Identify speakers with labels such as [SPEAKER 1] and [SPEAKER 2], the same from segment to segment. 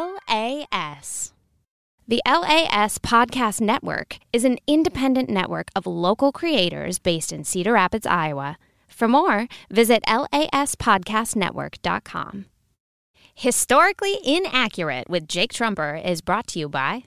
[SPEAKER 1] LAS. The LAS Podcast Network is an independent network of local creators based in Cedar Rapids, Iowa. For more, visit laspodcastnetwork.com. Historically Inaccurate with Jake Trumper is brought to you by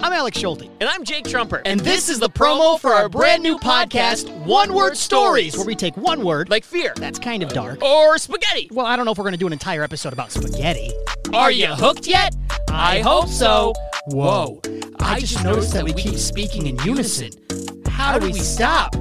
[SPEAKER 2] I'm Alex Schulte.
[SPEAKER 3] And I'm Jake Trumper.
[SPEAKER 2] And this is the promo for our brand new podcast, One Word Stories, where we take one word,
[SPEAKER 3] Like fear.
[SPEAKER 2] that's kind of dark.
[SPEAKER 3] Or spaghetti.
[SPEAKER 2] Well, I don't know if we're going to do an entire episode about spaghetti.
[SPEAKER 3] Are you hooked yet? I hope so.
[SPEAKER 2] Whoa. I just noticed that we keep speaking in unison. How do we stop?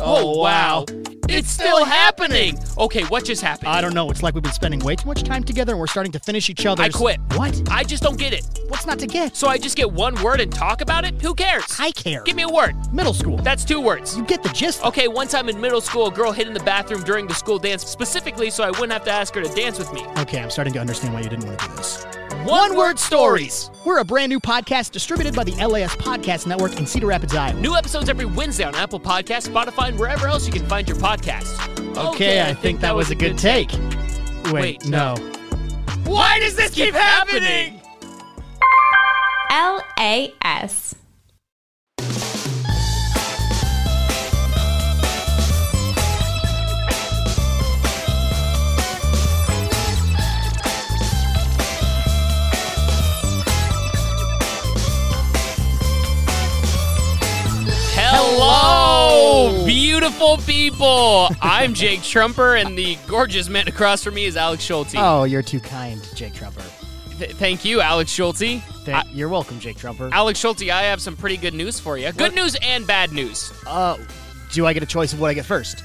[SPEAKER 3] Oh, wow. It's still happening. Okay, what just happened?
[SPEAKER 2] I don't know. It's like we've been spending way too much time together and we're starting to finish each other.
[SPEAKER 3] I quit.
[SPEAKER 2] What?
[SPEAKER 3] I just don't get it.
[SPEAKER 2] What's not to get?
[SPEAKER 3] So I just get one word and talk about it? Who cares?
[SPEAKER 2] I care.
[SPEAKER 3] Give me a word.
[SPEAKER 2] Middle school.
[SPEAKER 3] That's two words.
[SPEAKER 2] you get the gist.
[SPEAKER 3] Okay, one time in middle school, a girl hid in the bathroom during the school dance specifically so I wouldn't have to ask her to dance with me.
[SPEAKER 2] Okay, I'm starting to understand why you didn't want to do this.
[SPEAKER 3] One word stories.
[SPEAKER 2] We're a brand new podcast distributed by the LAS Podcast Network in Cedar Rapids, Iowa.
[SPEAKER 3] New episodes every Wednesday on Apple Podcasts, Spotify, and wherever else you can find your podcasts.
[SPEAKER 2] Okay, I think that was a good take. Wait,
[SPEAKER 3] Wait,
[SPEAKER 2] no.
[SPEAKER 3] Why does this keep happening?
[SPEAKER 1] LAS.
[SPEAKER 3] Hello, beautiful people. I'm Jake Trumper, and the gorgeous man across from me is Alex Schulte.
[SPEAKER 2] Oh, you're too kind, Jake Trumper.
[SPEAKER 3] Th- thank you, Alex Schulte.
[SPEAKER 2] Th- you're welcome, Jake Trumper.
[SPEAKER 3] Alex Schulte, I have some pretty good news for you. Good news and bad news.
[SPEAKER 2] Uh, do I get a choice of what I get first?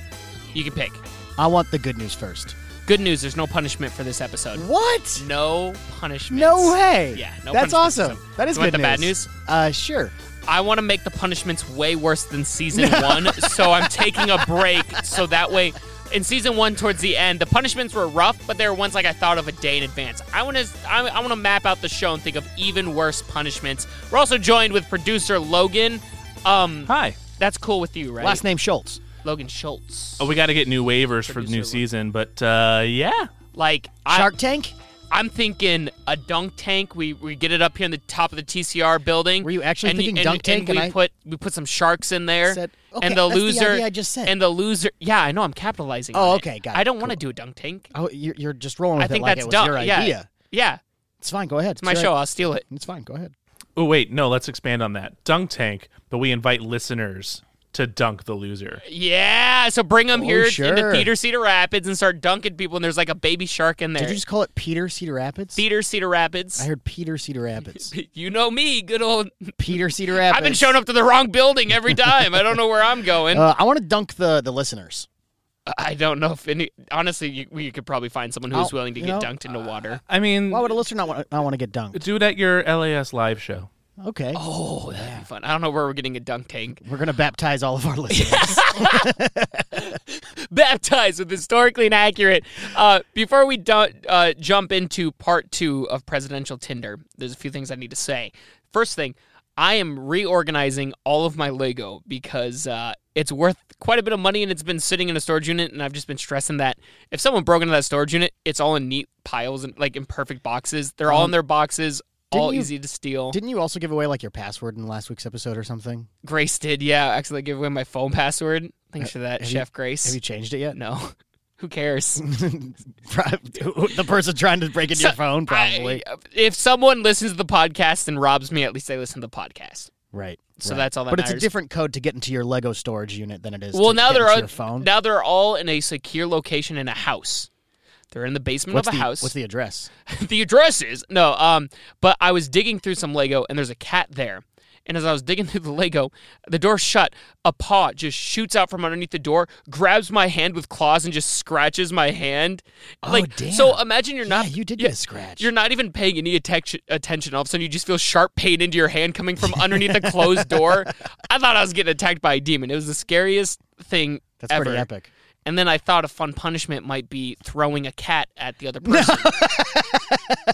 [SPEAKER 3] You can pick.
[SPEAKER 2] I want the good news first.
[SPEAKER 3] Good news, there's no punishment for this episode.
[SPEAKER 2] What?
[SPEAKER 3] No punishment.
[SPEAKER 2] No way.
[SPEAKER 3] Yeah, no
[SPEAKER 2] That's
[SPEAKER 3] punishments.
[SPEAKER 2] awesome.
[SPEAKER 3] So,
[SPEAKER 2] That is
[SPEAKER 3] you want
[SPEAKER 2] good
[SPEAKER 3] the
[SPEAKER 2] news.
[SPEAKER 3] bad news?
[SPEAKER 2] Uh, sure.
[SPEAKER 3] I want to make the punishments way worse than season one, so I'm taking a break so that way. In season one, towards the end, the punishments were rough, but they were ones like I thought of a day in advance. I want to I, I want to map out the show and think of even worse punishments. We're also joined with producer Logan. Um,
[SPEAKER 4] Hi.
[SPEAKER 3] that's cool with you, right?
[SPEAKER 2] Last name Schultz.
[SPEAKER 3] Logan Schultz.
[SPEAKER 4] Oh, we got to get new waivers for the
[SPEAKER 3] Producer
[SPEAKER 4] new
[SPEAKER 3] Lo-
[SPEAKER 4] season, but uh, yeah.
[SPEAKER 3] Like
[SPEAKER 2] Shark Tank?
[SPEAKER 3] I, I'm thinking a dunk tank. We we get it up here in the top of the TCR building.
[SPEAKER 2] Were you actually
[SPEAKER 3] and,
[SPEAKER 2] thinking
[SPEAKER 3] and-
[SPEAKER 2] dunk tank
[SPEAKER 3] And
[SPEAKER 2] and
[SPEAKER 3] we
[SPEAKER 2] I-
[SPEAKER 3] put we put some sharks in there.
[SPEAKER 2] Said- okay,
[SPEAKER 3] and the
[SPEAKER 2] that's the
[SPEAKER 3] loser
[SPEAKER 2] idea I just said.
[SPEAKER 3] And the loser. Yeah, I know. I'm capitalizing.
[SPEAKER 2] Oh,
[SPEAKER 3] on
[SPEAKER 2] okay, got
[SPEAKER 3] I
[SPEAKER 2] it,
[SPEAKER 3] don't want to
[SPEAKER 2] cool.
[SPEAKER 3] do a dunk tank.
[SPEAKER 2] Oh, you're, you're just rolling with
[SPEAKER 3] I
[SPEAKER 2] it
[SPEAKER 3] think
[SPEAKER 2] like
[SPEAKER 3] that's
[SPEAKER 2] it was
[SPEAKER 3] dumb.
[SPEAKER 2] your
[SPEAKER 3] yeah.
[SPEAKER 2] idea.
[SPEAKER 3] Yeah,
[SPEAKER 2] It's fine. Go ahead.
[SPEAKER 3] it's my
[SPEAKER 2] your-
[SPEAKER 3] show. I'll steal it.
[SPEAKER 2] It's fine. Go ahead.
[SPEAKER 4] Oh, wait. No, let's expand on that. Dunk Tank, but we invite listeners to dunk the loser.
[SPEAKER 3] Yeah, so bring them
[SPEAKER 2] Oh,
[SPEAKER 3] here into
[SPEAKER 2] sure.
[SPEAKER 3] Theater Cedar Rapids and start dunking people. And there's like a baby shark in there.
[SPEAKER 2] Did you just call it Peter Cedar Rapids?
[SPEAKER 3] Theater Cedar
[SPEAKER 2] I
[SPEAKER 3] Rapids.
[SPEAKER 2] heard Peter Cedar Rapids.
[SPEAKER 3] You know me, good old.
[SPEAKER 2] Peter Cedar Rapids.
[SPEAKER 3] I've been showing up to the wrong building every time. I don't know where I'm going.
[SPEAKER 2] Uh, I want to dunk the the listeners.
[SPEAKER 3] I don't know if any. Honestly, you, you could probably find someone who's
[SPEAKER 2] I'll-
[SPEAKER 3] willing
[SPEAKER 2] Oh,
[SPEAKER 3] to
[SPEAKER 2] you
[SPEAKER 3] get
[SPEAKER 2] know, uh,
[SPEAKER 3] dunked into water.
[SPEAKER 4] I mean,
[SPEAKER 2] Why would a listener not want, not want to get dunked?
[SPEAKER 4] do it at your LAS live show.
[SPEAKER 2] Okay,
[SPEAKER 3] Oh, that'd be fun. I don't know where we're getting a dunk tank.
[SPEAKER 2] we're gonna baptize all of our listeners.
[SPEAKER 3] Baptized with historically inaccurate. Uh, before we dun- uh, jump into part two of presidential Tinder, there's a few things I need to say. First thing, I am reorganizing all of my Lego because uh, it's worth quite a bit of money and it's been sitting in a storage unit. And I've just been stressing that if someone broke into that storage unit, it's all in neat piles and like in perfect boxes. They're all in their boxes,
[SPEAKER 2] Uh-huh. didn't
[SPEAKER 3] all
[SPEAKER 2] you-
[SPEAKER 3] easy to steal.
[SPEAKER 2] Didn't you also give away like your password in last week's episode or something?
[SPEAKER 3] Grace did, yeah. Actually, give away my phone password. Thanks for that,
[SPEAKER 2] Uh, have you-
[SPEAKER 3] Chef Grace.
[SPEAKER 2] Have you changed it yet?
[SPEAKER 3] no, who cares?
[SPEAKER 2] the person trying to break into your
[SPEAKER 3] So,
[SPEAKER 2] phone, probably.
[SPEAKER 3] I- if someone listens to the podcast and robs me, at least they listen to the podcast.
[SPEAKER 2] right.
[SPEAKER 3] So
[SPEAKER 2] right.
[SPEAKER 3] that's all that
[SPEAKER 2] But
[SPEAKER 3] matters.
[SPEAKER 2] it's a different code to get into your Lego storage unit than it is.
[SPEAKER 3] well,
[SPEAKER 2] to
[SPEAKER 3] now
[SPEAKER 2] get
[SPEAKER 3] they're
[SPEAKER 2] into
[SPEAKER 3] all,
[SPEAKER 2] your phone.
[SPEAKER 3] now they're all in a secure location in a house. They're in the basement
[SPEAKER 2] what's
[SPEAKER 3] of a
[SPEAKER 2] the,
[SPEAKER 3] house.
[SPEAKER 2] What's the address?
[SPEAKER 3] the address is no um but i was digging through some lego and there's a cat there and as i was digging through the lego the door shut a paw just shoots out from underneath the door grabs my hand with claws and just scratches my hand
[SPEAKER 2] Oh,
[SPEAKER 3] like
[SPEAKER 2] damn.
[SPEAKER 3] so imagine you're not
[SPEAKER 2] yeah, you did
[SPEAKER 3] yeah,
[SPEAKER 2] get a scratch.
[SPEAKER 3] you're not even paying any attention. Attention. All of a sudden, you just feel sharp pain into your hand coming from underneath a closed door. I thought I was getting attacked by a demon. It was the scariest thing
[SPEAKER 2] that's
[SPEAKER 3] ever.
[SPEAKER 2] pretty epic.
[SPEAKER 3] And then I thought a fun punishment might be throwing a cat at the other person.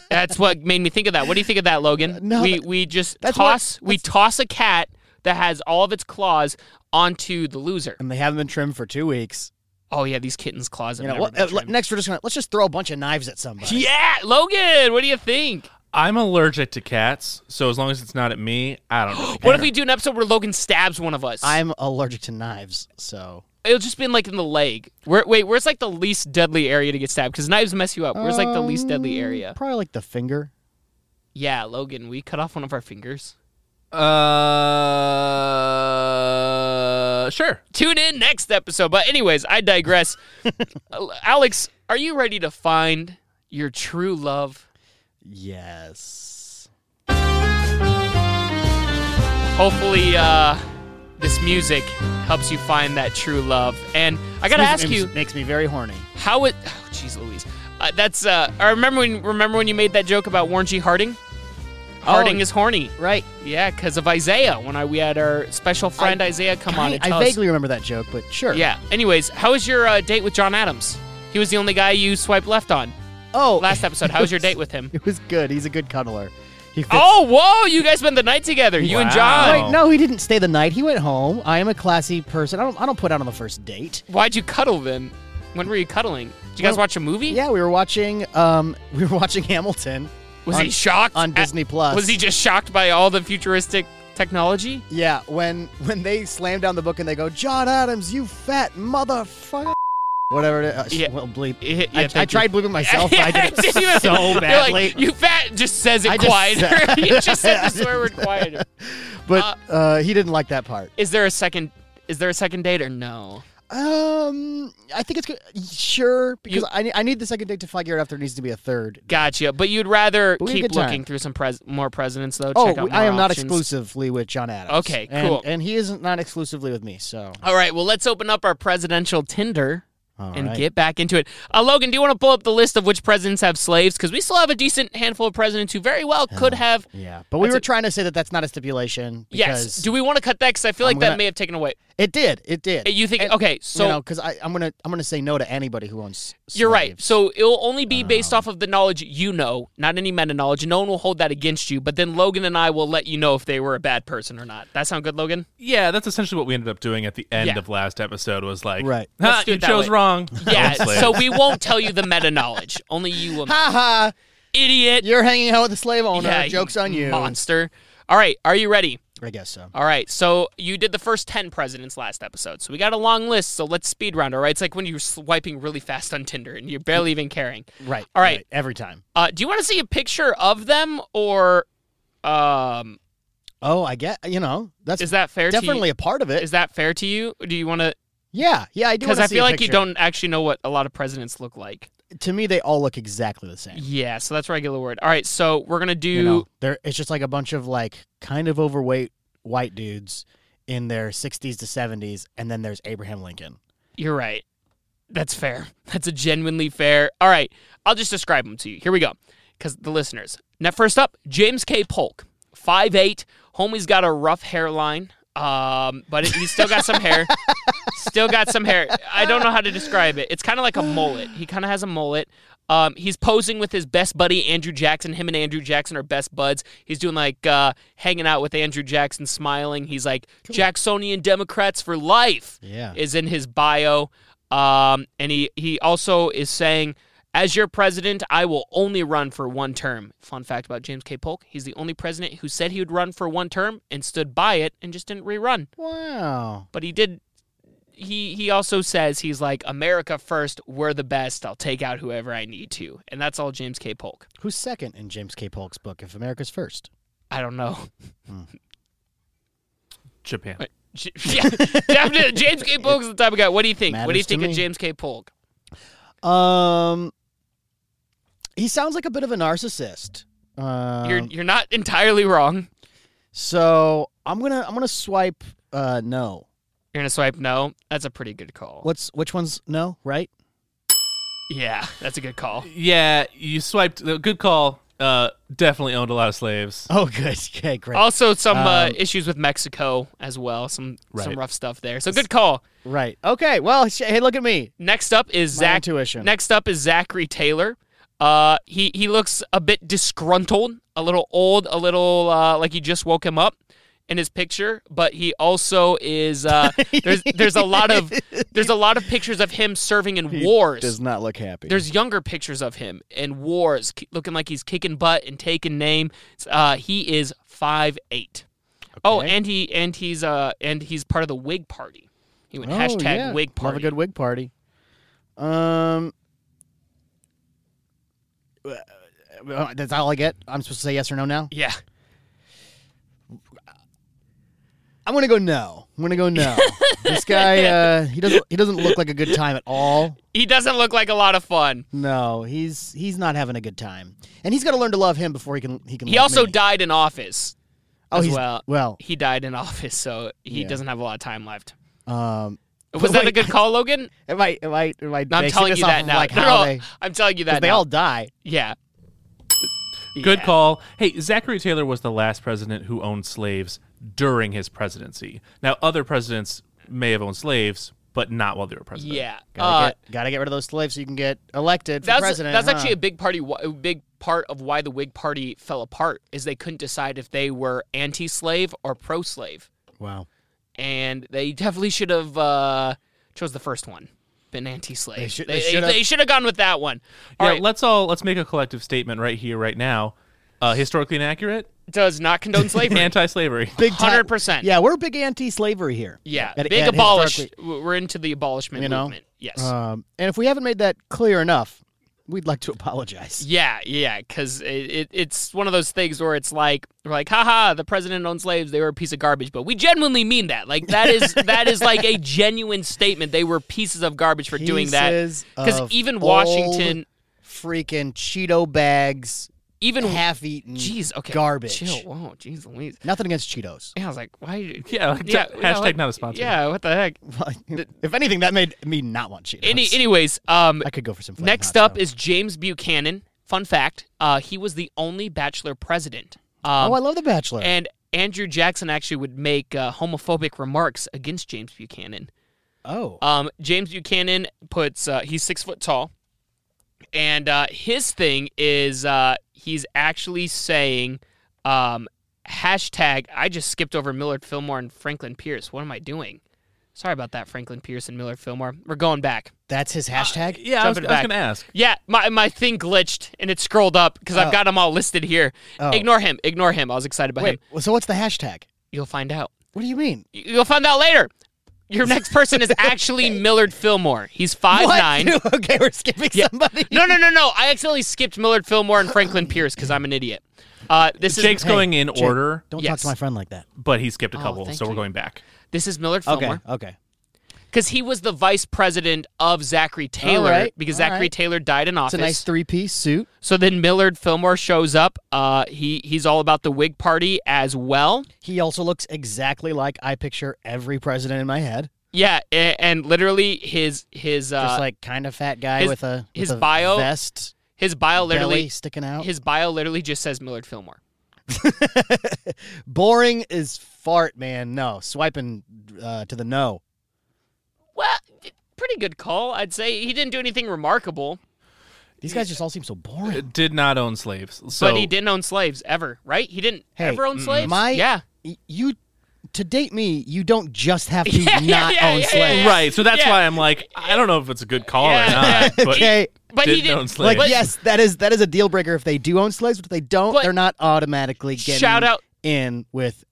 [SPEAKER 3] That's what made me think of that. What do you think of that, Logan?
[SPEAKER 2] Uh, no,
[SPEAKER 3] we
[SPEAKER 2] that-
[SPEAKER 3] we just
[SPEAKER 2] that's what-
[SPEAKER 3] toss we toss a cat that has all of its claws onto the loser.
[SPEAKER 2] And they haven't been trimmed for two weeks.
[SPEAKER 3] Oh yeah, these kittens' claws. Have
[SPEAKER 2] You know,
[SPEAKER 3] never
[SPEAKER 2] what,
[SPEAKER 3] been
[SPEAKER 2] uh, le-
[SPEAKER 3] trimmed.
[SPEAKER 2] next we're just gonna let's just throw a bunch of knives at somebody.
[SPEAKER 3] yeah, Logan, what do you think?
[SPEAKER 4] I'm allergic to cats, so as long as it's not at me, I don't really
[SPEAKER 3] What if
[SPEAKER 4] care.
[SPEAKER 3] we do an episode where Logan stabs one of us?
[SPEAKER 2] I'm allergic to knives, so
[SPEAKER 3] It'll just be in, like in the leg. Where wait, where's like the least deadly area to get stabbed? Because knives mess you up. Where's like the least
[SPEAKER 2] Um,
[SPEAKER 3] deadly area?
[SPEAKER 2] Mm, probably like the finger.
[SPEAKER 3] Yeah, Logan, we cut off one of our fingers.
[SPEAKER 4] Uh, sure.
[SPEAKER 3] Tune in next episode. But anyways, I digress. Uh, Alex, are you ready to find your true love?
[SPEAKER 2] Yes.
[SPEAKER 3] Hopefully, uh, this music helps you find that true love. And I gotta ask you,
[SPEAKER 2] Makes me very horny.
[SPEAKER 3] how it? Oh, jeez, Louise. Uh, that's. Uh, I remember when. Remember when you made that joke about Warren G. Harding? Harding is horny.
[SPEAKER 2] Right.
[SPEAKER 3] Yeah, because of Isaiah. When I we had our special friend Isaiah come on and
[SPEAKER 2] I,
[SPEAKER 3] tell
[SPEAKER 2] I
[SPEAKER 3] us-
[SPEAKER 2] vaguely remember that joke, but sure.
[SPEAKER 3] Yeah. Anyways, how was your uh, date with John Adams? He was the only guy you swiped left on
[SPEAKER 2] Oh,
[SPEAKER 3] last episode. How was your date with him?
[SPEAKER 2] it was good. He's a good cuddler. He fits
[SPEAKER 3] Oh, whoa! You guys spent the night together, you and John.
[SPEAKER 4] Wow.
[SPEAKER 2] Wait, no, he didn't stay the night. He went home. I am a classy person. I don't, I don't put out on the first date.
[SPEAKER 3] Why'd you cuddle then? When were you cuddling? Did you guys
[SPEAKER 2] Well,
[SPEAKER 3] watch a movie?
[SPEAKER 2] Yeah, we were watching um we were watching Hamilton
[SPEAKER 3] Was
[SPEAKER 2] on-
[SPEAKER 3] he shocked
[SPEAKER 2] on
[SPEAKER 3] at-
[SPEAKER 2] Disney Plus.
[SPEAKER 3] Was he just shocked by all the futuristic technology?
[SPEAKER 2] Yeah, when when they slam down the book and they go, "John Adams, you fat motherfucker." Whatever it is. Uh, sh-
[SPEAKER 3] Yeah.
[SPEAKER 2] Well, bleep.
[SPEAKER 3] Yeah,
[SPEAKER 2] I,
[SPEAKER 3] thank
[SPEAKER 2] I
[SPEAKER 3] you.
[SPEAKER 2] tried bleeping myself, but I did
[SPEAKER 3] Didn't
[SPEAKER 2] it
[SPEAKER 3] even- You're
[SPEAKER 2] so
[SPEAKER 3] like,
[SPEAKER 2] badly.
[SPEAKER 3] you fat just says
[SPEAKER 2] I
[SPEAKER 3] it
[SPEAKER 2] just
[SPEAKER 3] quieter.
[SPEAKER 2] said-
[SPEAKER 3] you just said the swear word quieter.
[SPEAKER 2] but uh, he didn't like that part.
[SPEAKER 3] Is there a second? Is there a second date or no?
[SPEAKER 2] Um, I think it's good. Sure, because
[SPEAKER 3] You-
[SPEAKER 2] I, ne- I need the second date to figure out if there needs to be a third.
[SPEAKER 3] Gotcha. But you'd rather
[SPEAKER 2] But we had a
[SPEAKER 3] keep
[SPEAKER 2] good time.
[SPEAKER 3] looking through some pres- more presidents though.
[SPEAKER 2] Oh,
[SPEAKER 3] Check out
[SPEAKER 2] I
[SPEAKER 3] more
[SPEAKER 2] am not
[SPEAKER 3] options.
[SPEAKER 2] exclusively with John Adams.
[SPEAKER 3] Okay,
[SPEAKER 2] And-
[SPEAKER 3] cool.
[SPEAKER 2] And he isn't not exclusively with me, so.
[SPEAKER 3] All right. Well, let's open up our presidential Tinder.
[SPEAKER 2] All
[SPEAKER 3] and
[SPEAKER 2] right.
[SPEAKER 3] get back into it. Uh, Logan, do you want to pull up the list of which presidents have slaves? Because we still have a decent handful of presidents who very well could have.
[SPEAKER 2] Yeah, but we
[SPEAKER 3] That's
[SPEAKER 2] were
[SPEAKER 3] it.
[SPEAKER 2] trying to say that that's not a stipulation.
[SPEAKER 3] Yes.
[SPEAKER 2] Because
[SPEAKER 3] Do we want to cut that? Because I feel like
[SPEAKER 2] I'm
[SPEAKER 3] that
[SPEAKER 2] gonna-
[SPEAKER 3] may have taken away.
[SPEAKER 2] it did. It did.
[SPEAKER 3] You think?
[SPEAKER 2] And,
[SPEAKER 3] okay. So
[SPEAKER 2] you know, because I'm gonna I'm gonna say no to anybody who owns.
[SPEAKER 3] You're right.
[SPEAKER 2] slaves. Um,
[SPEAKER 3] So it'll only be based off of the knowledge you know, not any meta knowledge. No one will hold that against you. But then Logan and I will let you know if they were a bad person or not. That sound good, Logan?
[SPEAKER 4] Yeah, that's essentially what we ended up doing at the end
[SPEAKER 3] Yeah.
[SPEAKER 4] of last episode. Was like,
[SPEAKER 2] Right.
[SPEAKER 4] "Huh,
[SPEAKER 3] Let's do
[SPEAKER 4] you
[SPEAKER 3] it that
[SPEAKER 4] chose
[SPEAKER 3] way."
[SPEAKER 4] wrong.
[SPEAKER 3] Yeah.
[SPEAKER 4] Don't slay.
[SPEAKER 3] so we won't tell you the meta knowledge. Only you will.
[SPEAKER 2] ha ha!
[SPEAKER 3] Idiot.
[SPEAKER 2] You're hanging out with a slave owner.
[SPEAKER 3] Yeah,
[SPEAKER 2] Jokes on you.
[SPEAKER 3] Monster. Uh, All right. Are you ready?
[SPEAKER 2] I guess so.
[SPEAKER 3] All right, so you did the first 10 presidents last episode. So we got a long list, so let's speed round, all right? It's like when you're swiping really fast on Tinder and you're barely even caring.
[SPEAKER 2] Right.
[SPEAKER 3] All right.
[SPEAKER 2] Every time.
[SPEAKER 3] Uh, do you want to see a picture of them or um
[SPEAKER 2] Oh, I get. You know, that's
[SPEAKER 3] is that fair
[SPEAKER 2] definitely
[SPEAKER 3] to
[SPEAKER 2] a part of
[SPEAKER 3] you?
[SPEAKER 2] it.
[SPEAKER 3] Is that fair to you? Do you want to
[SPEAKER 2] yeah. Yeah, I do. Uh,
[SPEAKER 3] cuz
[SPEAKER 2] wanna
[SPEAKER 3] I
[SPEAKER 2] see
[SPEAKER 3] feel
[SPEAKER 2] a
[SPEAKER 3] like you
[SPEAKER 2] picture.
[SPEAKER 3] don't actually know what a lot of presidents look like.
[SPEAKER 2] To me, they all look exactly the same.
[SPEAKER 3] Yeah, so that's regular word. All right, so we're going to do
[SPEAKER 2] You know, they're it's just like a bunch of like kind of overweight white dudes in their 60s to 70s, and then there's Abraham Lincoln.
[SPEAKER 3] You're right. That's fair. That's a genuinely fair. All right. I'll just describe them to you. Here we go. Because the listeners. Now, first up, James K. Polk, 5'8. Homie's got a rough hairline, um, but it, he's still got some hair. Still got some hair. I don't know how to describe it. It's kind of like a mullet. He kind of has a mullet. Um, he's posing with his best buddy Andrew Jackson. Him and Andrew Jackson are best buds. He's doing like uh, hanging out with Andrew Jackson, smiling. He's like Jacksonian Democrats for life
[SPEAKER 2] Yeah.
[SPEAKER 3] is in his bio. Um, and he, he also is saying, as your president, I will only run for one term. Fun fact about James K. Polk he's the only president who said he would run for one term and stood by it and just didn't rerun.
[SPEAKER 2] Wow.
[SPEAKER 3] But he did. He, he also says he's like America first, we're the best. I'll take out whoever I need to, and that's all James K. Polk.
[SPEAKER 2] Who's second in James K. Polk's book if America's first?
[SPEAKER 3] I don't know.
[SPEAKER 4] Japan.
[SPEAKER 3] J- yeah, definitely James K. Polk's the type of guy. What do you think? what do you
[SPEAKER 2] Matters to
[SPEAKER 3] think of
[SPEAKER 2] me.
[SPEAKER 3] James K. Polk?
[SPEAKER 2] Um He sounds like a bit of a narcissist. Um,
[SPEAKER 3] you're you're not entirely wrong.
[SPEAKER 2] so I'm gonna I'm gonna swipe uh no.
[SPEAKER 3] You're gonna swipe no. That's a pretty good call.
[SPEAKER 2] What's which one's no, right?
[SPEAKER 3] Yeah, that's a good call.
[SPEAKER 4] Yeah, you swiped. uh, Good call. Uh, definitely owned a lot of slaves.
[SPEAKER 2] Oh good. Okay, great.
[SPEAKER 3] Also, some uh,
[SPEAKER 2] Um,
[SPEAKER 3] issues with Mexico as well. Some some
[SPEAKER 4] Right.
[SPEAKER 3] rough stuff there. So good call.
[SPEAKER 2] Right. Okay, well sh- hey look at me.
[SPEAKER 3] Next up is
[SPEAKER 2] My
[SPEAKER 3] Zach.
[SPEAKER 2] intuition.
[SPEAKER 3] Next up is Zachary Taylor. Uh, he he looks a bit disgruntled, a little old, a little uh, like you just woke him up. in his picture, but he also is uh, there's there's a lot of there's a lot of pictures of him serving in wars.
[SPEAKER 2] Does not look happy.
[SPEAKER 3] There's younger pictures of him in wars, k- looking like he's kicking butt and taking name. Uh, he is five eight. Oh,
[SPEAKER 2] Okay.
[SPEAKER 3] and he and he's uh and he's part of the Whig Party. He went
[SPEAKER 2] Oh,
[SPEAKER 3] hashtag
[SPEAKER 2] yeah.
[SPEAKER 3] Whig
[SPEAKER 2] Love
[SPEAKER 3] Party.
[SPEAKER 2] a good wig party. Um, uh, that's all I get. I'm supposed to say yes or no now.
[SPEAKER 3] yeah,
[SPEAKER 2] I'm gonna go no. I'm gonna go no. this guy, uh, he doesn't. He doesn't look like a good time at all.
[SPEAKER 3] he doesn't look like a lot of fun.
[SPEAKER 2] No, he's he's not having a good time, and he's got to learn to love him before he can he can.
[SPEAKER 3] He
[SPEAKER 2] love
[SPEAKER 3] also
[SPEAKER 2] me.
[SPEAKER 3] died in office.
[SPEAKER 2] oh,
[SPEAKER 3] as
[SPEAKER 2] he's,
[SPEAKER 3] well.
[SPEAKER 2] Well,
[SPEAKER 3] He died in office, so he
[SPEAKER 2] Yeah.
[SPEAKER 3] doesn't have a lot of time left.
[SPEAKER 2] um,
[SPEAKER 3] Was that a good call, Logan?
[SPEAKER 2] am I am I am I?
[SPEAKER 3] No, I'm
[SPEAKER 2] basing
[SPEAKER 3] telling
[SPEAKER 2] this
[SPEAKER 3] you
[SPEAKER 2] off
[SPEAKER 3] that
[SPEAKER 2] of,
[SPEAKER 3] now.
[SPEAKER 2] Like
[SPEAKER 3] They're
[SPEAKER 2] how
[SPEAKER 3] all-
[SPEAKER 2] they,
[SPEAKER 3] I'm telling you that
[SPEAKER 2] they
[SPEAKER 3] now.
[SPEAKER 2] all die.
[SPEAKER 3] yeah.
[SPEAKER 4] Good
[SPEAKER 3] Yeah.
[SPEAKER 4] call. Hey, Zachary Taylor was the last president who owned slaves during his presidency. Now, other presidents may have owned slaves, but not while they were president.
[SPEAKER 3] Yeah.
[SPEAKER 2] Gotta,
[SPEAKER 3] Uh,
[SPEAKER 2] get, gotta get rid of those slaves so you can get elected for
[SPEAKER 3] that's
[SPEAKER 2] president.
[SPEAKER 3] that's
[SPEAKER 2] huh?
[SPEAKER 3] actually a big party a big part of why the Whig party fell apart is they couldn't decide if they were anti-slave or pro-slave.
[SPEAKER 2] wow.
[SPEAKER 3] And they definitely should have uh, chose the first one. Been anti-slave.
[SPEAKER 2] They should-
[SPEAKER 3] they,
[SPEAKER 2] they should have-
[SPEAKER 3] they should have gone with that one. All
[SPEAKER 4] Yeah,
[SPEAKER 3] right.
[SPEAKER 4] let's all let's make a collective statement right here, right now. Uh, historically inaccurate,
[SPEAKER 3] does not condone slavery.
[SPEAKER 4] anti-slavery.
[SPEAKER 2] Big time-
[SPEAKER 3] 100%.
[SPEAKER 2] Yeah, we're big anti-slavery here.
[SPEAKER 3] yeah.
[SPEAKER 2] And-
[SPEAKER 3] big
[SPEAKER 2] and
[SPEAKER 3] abolish.
[SPEAKER 2] historically-
[SPEAKER 3] We're into the abolishment
[SPEAKER 2] You know?
[SPEAKER 3] movement. Yes.
[SPEAKER 2] Um, and if we haven't made that clear enough, we'd like to apologize.
[SPEAKER 3] Yeah, yeah, because it, it, it's one of those things where it's like we're like, haha, the president owned slaves; they were a piece of garbage. But we genuinely mean that. Like that is that is like a genuine statement. They were pieces of garbage for doing that.
[SPEAKER 2] Pieces
[SPEAKER 3] Because
[SPEAKER 2] of
[SPEAKER 3] even
[SPEAKER 2] old
[SPEAKER 3] Washington,
[SPEAKER 2] freaking Cheeto bags,
[SPEAKER 3] even
[SPEAKER 2] half-eaten.
[SPEAKER 3] jeez, okay,
[SPEAKER 2] garbage.
[SPEAKER 3] Chill. Whoa, jeez, Louise.
[SPEAKER 2] Nothing against Cheetos.
[SPEAKER 3] Yeah, I was like, why?
[SPEAKER 4] Yeah, like, hashtag
[SPEAKER 3] like-
[SPEAKER 4] not a sponsor.
[SPEAKER 3] Yeah, what the heck?
[SPEAKER 2] if anything, that made me not want Cheetos.
[SPEAKER 3] Any, anyways, um,
[SPEAKER 2] I could go for some. flaming
[SPEAKER 3] next
[SPEAKER 2] hot
[SPEAKER 3] up
[SPEAKER 2] stuff.
[SPEAKER 3] is James Buchanan. Fun fact: uh, he was the only bachelor president. Um,
[SPEAKER 2] oh, I love The Bachelor.
[SPEAKER 3] And Andrew Jackson actually would make uh, homophobic remarks against James Buchanan.
[SPEAKER 2] oh,
[SPEAKER 3] Um, James Buchanan puts uh, he's six foot tall, and uh, his thing is uh, he's actually saying um, hashtag I just skipped over Millard Fillmore and Franklin Pierce. What am I doing? Sorry about that, Franklin Pierce and Millard Fillmore. We're going back.
[SPEAKER 2] that's his
[SPEAKER 3] uh,
[SPEAKER 2] hashtag.
[SPEAKER 4] Yeah, I was, I
[SPEAKER 3] Jumping
[SPEAKER 4] was
[SPEAKER 3] back.
[SPEAKER 4] gonna ask.
[SPEAKER 3] Yeah, my, my thing glitched and it scrolled up because I've
[SPEAKER 2] Oh.
[SPEAKER 3] got them all listed here.
[SPEAKER 2] Oh.
[SPEAKER 3] Ignore him. Ignore him. I was excited about him.
[SPEAKER 2] Wait, well, so what's the hashtag?
[SPEAKER 3] You'll find out.
[SPEAKER 2] What do you mean?
[SPEAKER 3] You'll find out later. Your next person is actually Millard Fillmore. He's five
[SPEAKER 2] What?
[SPEAKER 3] nine.
[SPEAKER 2] okay, we're skipping somebody.
[SPEAKER 3] No, no, no, no. I accidentally skipped Millard Fillmore and Franklin Pierce because I'm an idiot. Uh, this is
[SPEAKER 4] Jake's
[SPEAKER 2] Hey,
[SPEAKER 4] going in
[SPEAKER 2] Jake,
[SPEAKER 4] order,
[SPEAKER 2] Don't talk
[SPEAKER 3] Yes.
[SPEAKER 2] to my friend like that.
[SPEAKER 4] but he skipped a
[SPEAKER 3] Oh,
[SPEAKER 4] couple,
[SPEAKER 3] thank
[SPEAKER 4] so we're
[SPEAKER 3] you.
[SPEAKER 4] going back.
[SPEAKER 3] this is Millard
[SPEAKER 2] Okay,
[SPEAKER 3] Fillmore
[SPEAKER 2] okay.
[SPEAKER 3] because he was the vice president of Zachary Taylor
[SPEAKER 2] right,
[SPEAKER 3] because
[SPEAKER 2] all
[SPEAKER 3] Zachary
[SPEAKER 2] right.
[SPEAKER 3] Taylor died in
[SPEAKER 2] It's
[SPEAKER 3] office.
[SPEAKER 2] a nice three-piece suit.
[SPEAKER 3] so then Millard Fillmore shows up. Uh, he he's all about the Whig Party as well.
[SPEAKER 2] He also looks exactly like I picture every president in my head.
[SPEAKER 3] Yeah, and, and literally his his uh,
[SPEAKER 2] Just like kind of fat guy
[SPEAKER 3] his-
[SPEAKER 2] with a with
[SPEAKER 3] his
[SPEAKER 2] a
[SPEAKER 3] bio
[SPEAKER 2] vest,
[SPEAKER 3] his bio
[SPEAKER 2] belly
[SPEAKER 3] literally
[SPEAKER 2] sticking out.
[SPEAKER 3] his bio literally just says Millard Fillmore.
[SPEAKER 2] Boring is fart, man. No, swiping uh, to the no.
[SPEAKER 3] Well, d- pretty good call, I'd say. He didn't do anything remarkable,
[SPEAKER 2] These guys just all seem so boring.
[SPEAKER 4] Did not own slaves, so
[SPEAKER 3] but he didn't own slaves ever, right? He didn't
[SPEAKER 2] Hey, mm,
[SPEAKER 3] ever own slaves.
[SPEAKER 2] my-
[SPEAKER 3] yeah,
[SPEAKER 2] Y- You, to date me, you don't just have to
[SPEAKER 3] Yeah,
[SPEAKER 2] not
[SPEAKER 3] yeah, yeah,
[SPEAKER 2] own
[SPEAKER 3] yeah,
[SPEAKER 2] slaves.
[SPEAKER 3] yeah.
[SPEAKER 4] Right, so that's
[SPEAKER 3] Yeah.
[SPEAKER 4] why I'm like, I don't know if it's a good call
[SPEAKER 3] Yeah,
[SPEAKER 4] or not.
[SPEAKER 3] yeah.
[SPEAKER 4] But
[SPEAKER 2] Okay.
[SPEAKER 3] but he
[SPEAKER 4] didn't
[SPEAKER 3] didn't.
[SPEAKER 4] own slaves.
[SPEAKER 2] Like yes, that is that is a deal breaker if they do own slaves, but if they don't,
[SPEAKER 3] But-
[SPEAKER 2] they're not automatically getting
[SPEAKER 3] Shout out,
[SPEAKER 2] in with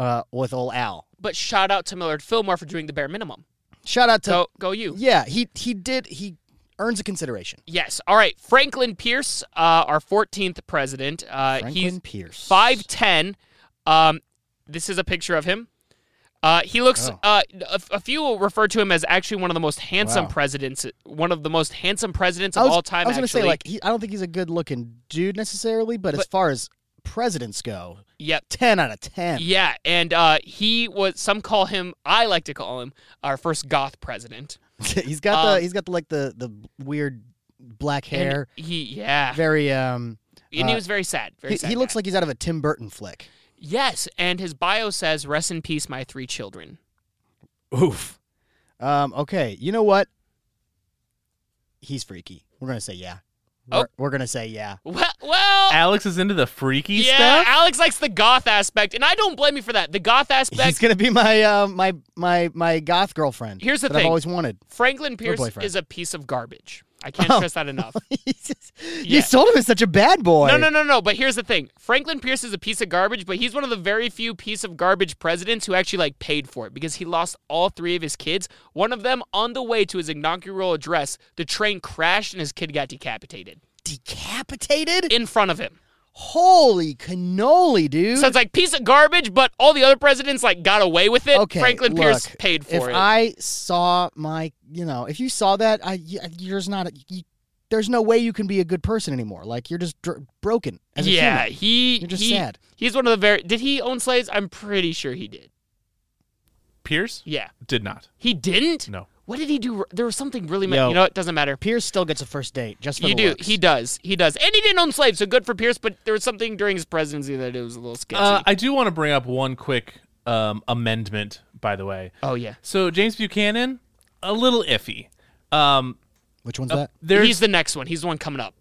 [SPEAKER 2] uh with old Al.
[SPEAKER 3] but shout out to Millard Fillmore for doing the bare minimum.
[SPEAKER 2] Shout out to
[SPEAKER 3] Go, go you.
[SPEAKER 2] Yeah, he he did he earns a consideration.
[SPEAKER 3] Yes. All right. Franklin Pierce, uh, our 14th president. Uh,
[SPEAKER 2] Franklin
[SPEAKER 3] he's
[SPEAKER 2] Pierce.
[SPEAKER 3] 5'10. Um, this is a picture of him. Uh, he looks.
[SPEAKER 2] Oh.
[SPEAKER 3] Uh, a, a few refer to him as actually one of the most handsome
[SPEAKER 2] Wow.
[SPEAKER 3] presidents, one of the most handsome presidents
[SPEAKER 2] I
[SPEAKER 3] of
[SPEAKER 2] was,
[SPEAKER 3] all time.
[SPEAKER 2] I was gonna
[SPEAKER 3] actually.
[SPEAKER 2] say like he, I don't think he's a good looking dude necessarily, but, as
[SPEAKER 3] But-
[SPEAKER 2] far as presidents go,
[SPEAKER 3] yep,
[SPEAKER 2] ten out of ten.
[SPEAKER 3] Yeah, and uh, he was. Some call him. I like to call him our first goth president.
[SPEAKER 2] he's got
[SPEAKER 3] Um,
[SPEAKER 2] the he's got the like the the weird black
[SPEAKER 3] And
[SPEAKER 2] hair,
[SPEAKER 3] He yeah,
[SPEAKER 2] very um.
[SPEAKER 3] and he
[SPEAKER 2] uh,
[SPEAKER 3] was very sad. Very
[SPEAKER 2] He,
[SPEAKER 3] sad
[SPEAKER 2] he looks
[SPEAKER 3] guy.
[SPEAKER 2] like he's out of a Tim Burton flick.
[SPEAKER 3] yes, and his bio says, "Rest in peace, my three children."
[SPEAKER 2] Oof. Um. Okay. You know what? He's freaky. We're gonna say yeah.
[SPEAKER 3] Oh.
[SPEAKER 2] We're, we're gonna say yeah.
[SPEAKER 3] Well, well
[SPEAKER 4] Alex is into the freaky
[SPEAKER 3] yeah,
[SPEAKER 4] stuff.
[SPEAKER 3] Alex likes the goth aspect, and I don't blame you for that. The goth
[SPEAKER 2] He's
[SPEAKER 3] aspect,
[SPEAKER 2] gonna be my uh, my my my goth girlfriend.
[SPEAKER 3] Here's the
[SPEAKER 2] that
[SPEAKER 3] thing.
[SPEAKER 2] I've always wanted.
[SPEAKER 3] Franklin Pierce
[SPEAKER 2] boyfriend. Oh.
[SPEAKER 3] is a piece of garbage. I can't stress that enough. Yeah.
[SPEAKER 2] You sold him as such a bad boy.
[SPEAKER 3] No, no, no, no. But here's the thing: Franklin Pierce is a piece of garbage, but he's one of the very few piece of garbage presidents who actually like paid for it because he lost all three of his kids. One of them on the way to his inaugural address, the train crashed and his kid got decapitated
[SPEAKER 2] Decapitated?
[SPEAKER 3] in front of him.
[SPEAKER 2] Holy cannoli, dude.
[SPEAKER 3] So it's like piece of garbage, but all the other presidents like got away with it.
[SPEAKER 2] okay,
[SPEAKER 3] Franklin
[SPEAKER 2] look,
[SPEAKER 3] Pierce paid for
[SPEAKER 2] if
[SPEAKER 3] it.
[SPEAKER 2] I saw my, you know, if you saw that, I y- there's not a, you, there's no way you can be a good person anymore. Like you're just dr- broken as a
[SPEAKER 3] yeah,
[SPEAKER 2] human.
[SPEAKER 3] he
[SPEAKER 2] You're just
[SPEAKER 3] he,
[SPEAKER 2] sad.
[SPEAKER 3] He's one of the very. Did he own slaves? I'm pretty sure he did.
[SPEAKER 4] Pierce
[SPEAKER 3] Yeah,
[SPEAKER 4] did not.
[SPEAKER 3] he didn't.
[SPEAKER 4] No.
[SPEAKER 3] What did he do? There was something really. Ma-
[SPEAKER 2] Yo.
[SPEAKER 3] you know, it doesn't matter.
[SPEAKER 2] Pierce still gets a first date just for
[SPEAKER 3] You
[SPEAKER 2] the
[SPEAKER 3] do.
[SPEAKER 2] looks.
[SPEAKER 3] He does. He does. And he didn't own slaves, so good for Pierce. But there was something during his presidency that it was a little sketchy.
[SPEAKER 4] Uh, I do want to bring up one quick um, amendment, by the way.
[SPEAKER 3] oh yeah,
[SPEAKER 4] So James Buchanan, a little iffy. Um,
[SPEAKER 2] Which
[SPEAKER 3] Oh.
[SPEAKER 2] one's that?
[SPEAKER 4] there's
[SPEAKER 3] he's the next one. He's the one coming up.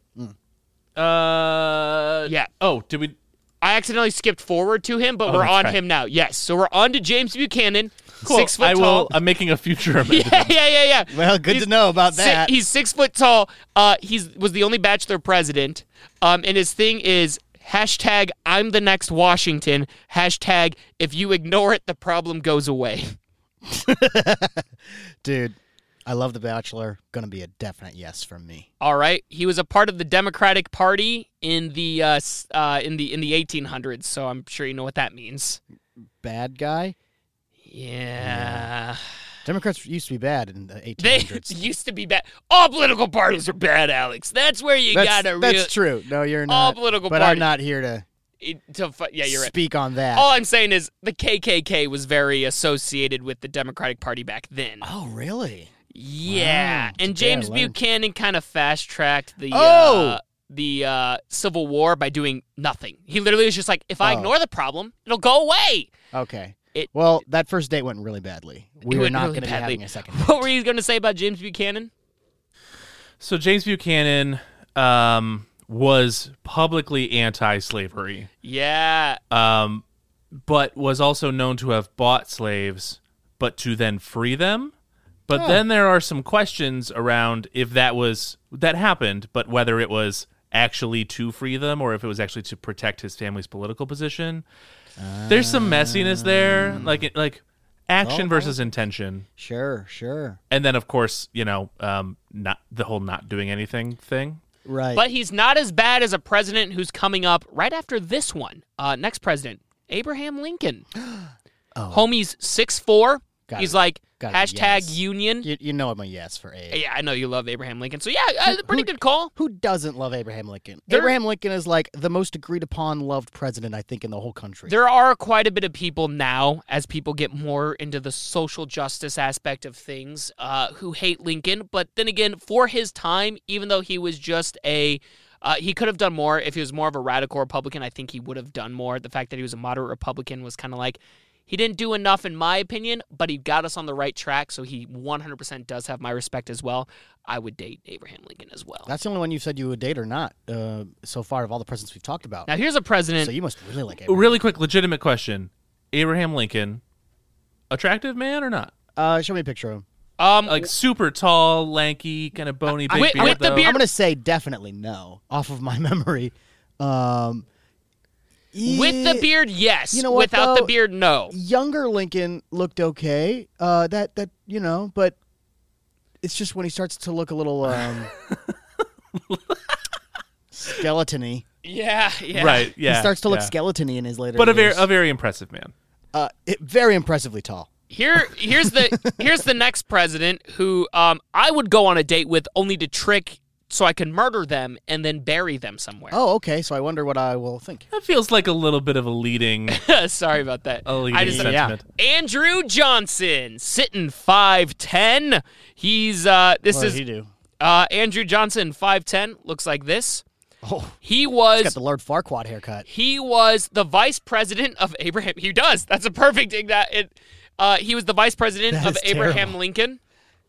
[SPEAKER 4] uh,
[SPEAKER 3] Yeah.
[SPEAKER 4] Oh, did we?
[SPEAKER 3] I accidentally skipped forward to him, but we're
[SPEAKER 4] Oh, that's
[SPEAKER 3] on
[SPEAKER 4] right.
[SPEAKER 3] him now. Yes, so we're on to James Buchanan,
[SPEAKER 4] Cool.
[SPEAKER 3] six foot
[SPEAKER 4] I
[SPEAKER 3] tall.
[SPEAKER 4] will. I'm making a future amendment.
[SPEAKER 3] yeah, yeah, yeah, yeah.
[SPEAKER 2] Well, good
[SPEAKER 3] He's-
[SPEAKER 2] to know about
[SPEAKER 3] Si-
[SPEAKER 2] that.
[SPEAKER 3] he's six foot tall. Uh, he's was the only bachelor president. Um, and his thing is hashtag I'm the next Washington. Hashtag if you ignore it, the problem goes away.
[SPEAKER 2] Dude, I love The Bachelor. Gonna be a definite yes from me.
[SPEAKER 3] All right, he was a part of the Democratic Party in the uh, s- uh, in the in the 1800s. So I'm sure you know what that means.
[SPEAKER 2] Bad guy?
[SPEAKER 3] Yeah,
[SPEAKER 2] Democrats used to be bad in the 1800s.
[SPEAKER 3] they used to be bad. All political parties are bad, Alex. That's where you
[SPEAKER 2] that's,
[SPEAKER 3] got to real
[SPEAKER 2] that's true. No, you're not.
[SPEAKER 3] all political
[SPEAKER 2] but
[SPEAKER 3] parties.
[SPEAKER 2] I'm not here to
[SPEAKER 3] it- to fu- yeah, you're right.
[SPEAKER 2] speak on that.
[SPEAKER 3] All I'm saying is the KKK was very associated with the Democratic Party back then.
[SPEAKER 2] oh, really?
[SPEAKER 3] Yeah,
[SPEAKER 2] Wow,
[SPEAKER 3] and
[SPEAKER 2] today I
[SPEAKER 3] James
[SPEAKER 2] learned.
[SPEAKER 3] Buchanan kind of fast tracked the uh,
[SPEAKER 2] Oh!
[SPEAKER 3] the uh, Civil War by doing nothing. He literally was just like, if I
[SPEAKER 2] Oh.
[SPEAKER 3] ignore the problem, it'll go away.
[SPEAKER 2] Okay.
[SPEAKER 3] It-
[SPEAKER 2] well, that first date went really badly. We
[SPEAKER 3] It
[SPEAKER 2] were
[SPEAKER 3] went
[SPEAKER 2] not
[SPEAKER 3] really
[SPEAKER 2] going to be
[SPEAKER 3] badly.
[SPEAKER 2] having a second date.
[SPEAKER 3] What were you going to say about James Buchanan?
[SPEAKER 4] So James Buchanan um, was publicly anti-slavery,
[SPEAKER 3] Yeah,
[SPEAKER 4] um, but was also known to have bought slaves, but to then free them. But then there are some questions around if that was that happened, but whether it was actually to free them or if it was actually to protect his family's political position. There's some messiness there, like like action versus intention.
[SPEAKER 2] Sure, sure.
[SPEAKER 4] and then of course you know um not the whole not doing anything thing
[SPEAKER 2] Right.
[SPEAKER 3] but he's not as bad as a president who's coming up right after this one. Uh, next president, Abraham Lincoln. Oh. Homie's six four.
[SPEAKER 2] Oh. Got
[SPEAKER 3] he's
[SPEAKER 2] it.
[SPEAKER 3] like
[SPEAKER 2] Got it,
[SPEAKER 3] hashtag
[SPEAKER 2] yes.
[SPEAKER 3] Union.
[SPEAKER 2] you, you know I'm a yes for A.
[SPEAKER 3] Yeah, I know you love Abraham Lincoln, so yeah, uh, pretty good call.
[SPEAKER 2] Who doesn't love Abraham Lincoln?
[SPEAKER 3] There-
[SPEAKER 2] Abraham Lincoln is like the most agreed upon loved president I think in the whole country.
[SPEAKER 3] There are quite a bit of people now, as people get more into the social justice aspect of things, uh, who hate Lincoln. But then again, for his time, even though he was just a uh, he could have done more. If he was more of a radical Republican, I think he would have done more. The fact that he was a moderate Republican was kind of like, he didn't do enough, in my opinion, but he got us on the right track. So he 100% does have my respect as well. I would date Abraham Lincoln as well.
[SPEAKER 2] That's the only one you said you would date or not uh, so far of all the presidents we've talked about.
[SPEAKER 3] now, here's a president.
[SPEAKER 2] so you must really like Abraham.
[SPEAKER 4] really quick legitimate question abraham lincoln attractive man or not
[SPEAKER 2] Uh, show me a picture of him.
[SPEAKER 3] um,
[SPEAKER 2] Uh,
[SPEAKER 4] like super tall lanky kind of bony big
[SPEAKER 3] With-
[SPEAKER 4] beard
[SPEAKER 3] with the
[SPEAKER 4] though.
[SPEAKER 3] beard-
[SPEAKER 2] I'm gonna say definitely no, off of my memory. Um, e
[SPEAKER 3] with the
[SPEAKER 2] yeah,
[SPEAKER 3] beard, yes.
[SPEAKER 2] You know what,
[SPEAKER 3] Without the
[SPEAKER 2] though?
[SPEAKER 3] beard, no.
[SPEAKER 2] younger Lincoln looked okay. Uh, that that you know, but it's just when he starts to look a little um, skeletony.
[SPEAKER 3] Yeah, yeah.
[SPEAKER 4] right yeah
[SPEAKER 2] he starts to look
[SPEAKER 4] yeah.
[SPEAKER 2] skeletony in his later.
[SPEAKER 4] but a very
[SPEAKER 2] years.
[SPEAKER 4] a very impressive man
[SPEAKER 2] uh, it, very impressively tall.
[SPEAKER 3] Here here's the here's the next president who um I would go on a date with only to trick so I can murder them and then bury them somewhere.
[SPEAKER 2] Oh, okay. So I wonder what I will think.
[SPEAKER 4] that feels like a little bit of a leading
[SPEAKER 3] Sorry about that.
[SPEAKER 4] a leading
[SPEAKER 3] I just
[SPEAKER 2] yeah.
[SPEAKER 4] sentiment
[SPEAKER 3] Andrew Johnson, sitting 5'10. He's uh this
[SPEAKER 2] What does
[SPEAKER 3] is
[SPEAKER 2] he do?
[SPEAKER 3] uh Andrew Johnson 5'10 looks like this.
[SPEAKER 2] Oh,
[SPEAKER 3] He was
[SPEAKER 2] he's got the Lord Farquaad haircut.
[SPEAKER 3] He was the vice president of Abraham. He does. That's a perfect thing. That it. Uh, he was the vice president
[SPEAKER 2] That
[SPEAKER 3] of
[SPEAKER 2] is
[SPEAKER 3] Abraham
[SPEAKER 2] terrible.
[SPEAKER 3] Lincoln.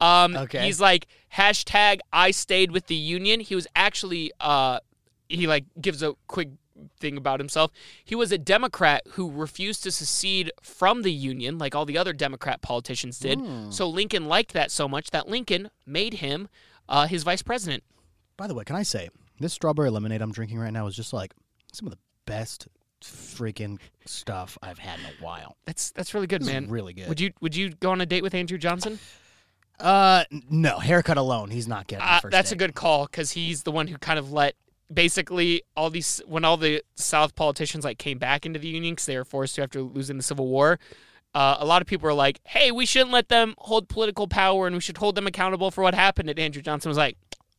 [SPEAKER 3] Um,
[SPEAKER 2] Okay.
[SPEAKER 3] He's like hashtag I stayed with the union. He was actually uh, he like gives a quick thing about himself. He was a Democrat who refused to secede from the union, like all the other Democrat politicians did.
[SPEAKER 2] Hmm.
[SPEAKER 3] So Lincoln liked that so much that Lincoln made him uh, his vice president.
[SPEAKER 2] By the way, can I say this strawberry lemonade I'm drinking right now is just like some of the best freaking stuff I've had in a while.
[SPEAKER 3] That's that's really good,
[SPEAKER 2] This is
[SPEAKER 3] man.
[SPEAKER 2] really good.
[SPEAKER 3] Would you would you go on a date with Andrew Johnson?
[SPEAKER 2] Uh, n- no, haircut alone, he's not getting.
[SPEAKER 3] Uh,
[SPEAKER 2] the first
[SPEAKER 3] that's
[SPEAKER 2] date.
[SPEAKER 3] a good call because he's the one who kind of let basically all these when all the South politicians like came back into the union because they were forced to after losing the Civil War. Uh, a lot of people were like, "Hey, we shouldn't let them hold political power, and we should hold them accountable for what happened." And Andrew Johnson was like,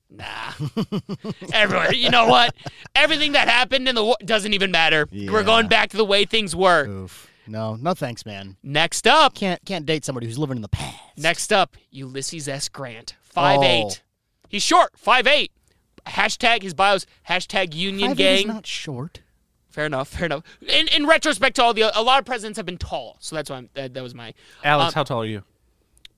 [SPEAKER 3] "Nah, everyone, you know what? Everything that happened in the war doesn't even matter.
[SPEAKER 2] Yeah. Uh.
[SPEAKER 3] We're going back to the way things were."
[SPEAKER 2] Oof. No, no, thanks, man.
[SPEAKER 3] Next up,
[SPEAKER 2] Can't can't date somebody who's living in the past.
[SPEAKER 3] Next up, Ulysses S. Grant, five eight.
[SPEAKER 2] Oh.
[SPEAKER 3] He's short, five eight. Hashtag his bios. Hashtag Union
[SPEAKER 2] Five eight is
[SPEAKER 3] Gang.
[SPEAKER 2] not short.
[SPEAKER 3] fair enough. Fair enough. In, in retrospect to all the, a lot of presidents have been tall, so that's why I'm, that, that was my.
[SPEAKER 4] Alex, how tall are you?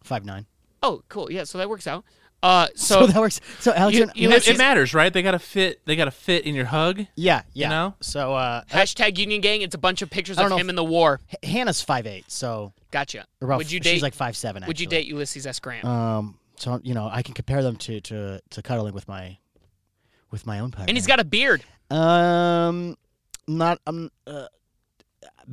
[SPEAKER 2] Five nine.
[SPEAKER 3] Oh, cool. Yeah, so that works out. Uh,
[SPEAKER 2] So,
[SPEAKER 3] so,
[SPEAKER 2] that works. So Alex,
[SPEAKER 3] You-
[SPEAKER 2] and-
[SPEAKER 3] you
[SPEAKER 4] It-
[SPEAKER 3] Ulysses-
[SPEAKER 4] it matters, right? They gotta fit. They gotta fit in your hug.
[SPEAKER 2] yeah, yeah.
[SPEAKER 4] know?
[SPEAKER 2] So uh,
[SPEAKER 3] hashtag Union Gang. It's a bunch of pictures
[SPEAKER 2] I don't
[SPEAKER 3] of
[SPEAKER 2] know
[SPEAKER 3] him
[SPEAKER 2] if-
[SPEAKER 3] in the war.
[SPEAKER 2] H- Hannah's five eight. So
[SPEAKER 3] Gotcha.
[SPEAKER 2] or about,
[SPEAKER 3] would you
[SPEAKER 2] f-
[SPEAKER 3] date?
[SPEAKER 2] She's like five seven.
[SPEAKER 3] would you date Ulysses S. Grant?
[SPEAKER 2] Um. So you know, I can compare them to to to cuddling with my with my own partner.
[SPEAKER 3] and he's got a beard.
[SPEAKER 2] Um, not um, uh,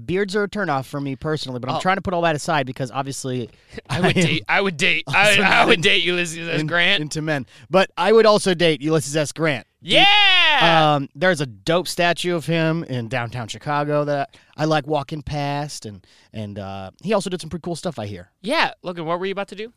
[SPEAKER 2] beards are a turnoff for me personally, but I'm
[SPEAKER 3] Oh.
[SPEAKER 2] trying to put all that aside because obviously
[SPEAKER 3] I would
[SPEAKER 2] am
[SPEAKER 3] date. I would date. I,
[SPEAKER 2] also
[SPEAKER 3] I
[SPEAKER 2] not
[SPEAKER 3] would
[SPEAKER 2] in-
[SPEAKER 3] date Ulysses S.
[SPEAKER 2] in-
[SPEAKER 3] Grant.
[SPEAKER 2] into men. But I would also date Ulysses S. Grant.
[SPEAKER 3] yeah.
[SPEAKER 2] Um, there's a dope statue of him in downtown Chicago that I like walking past, and and uh, he also did some pretty cool stuff. I hear.
[SPEAKER 3] yeah. Logan, what were you about to do?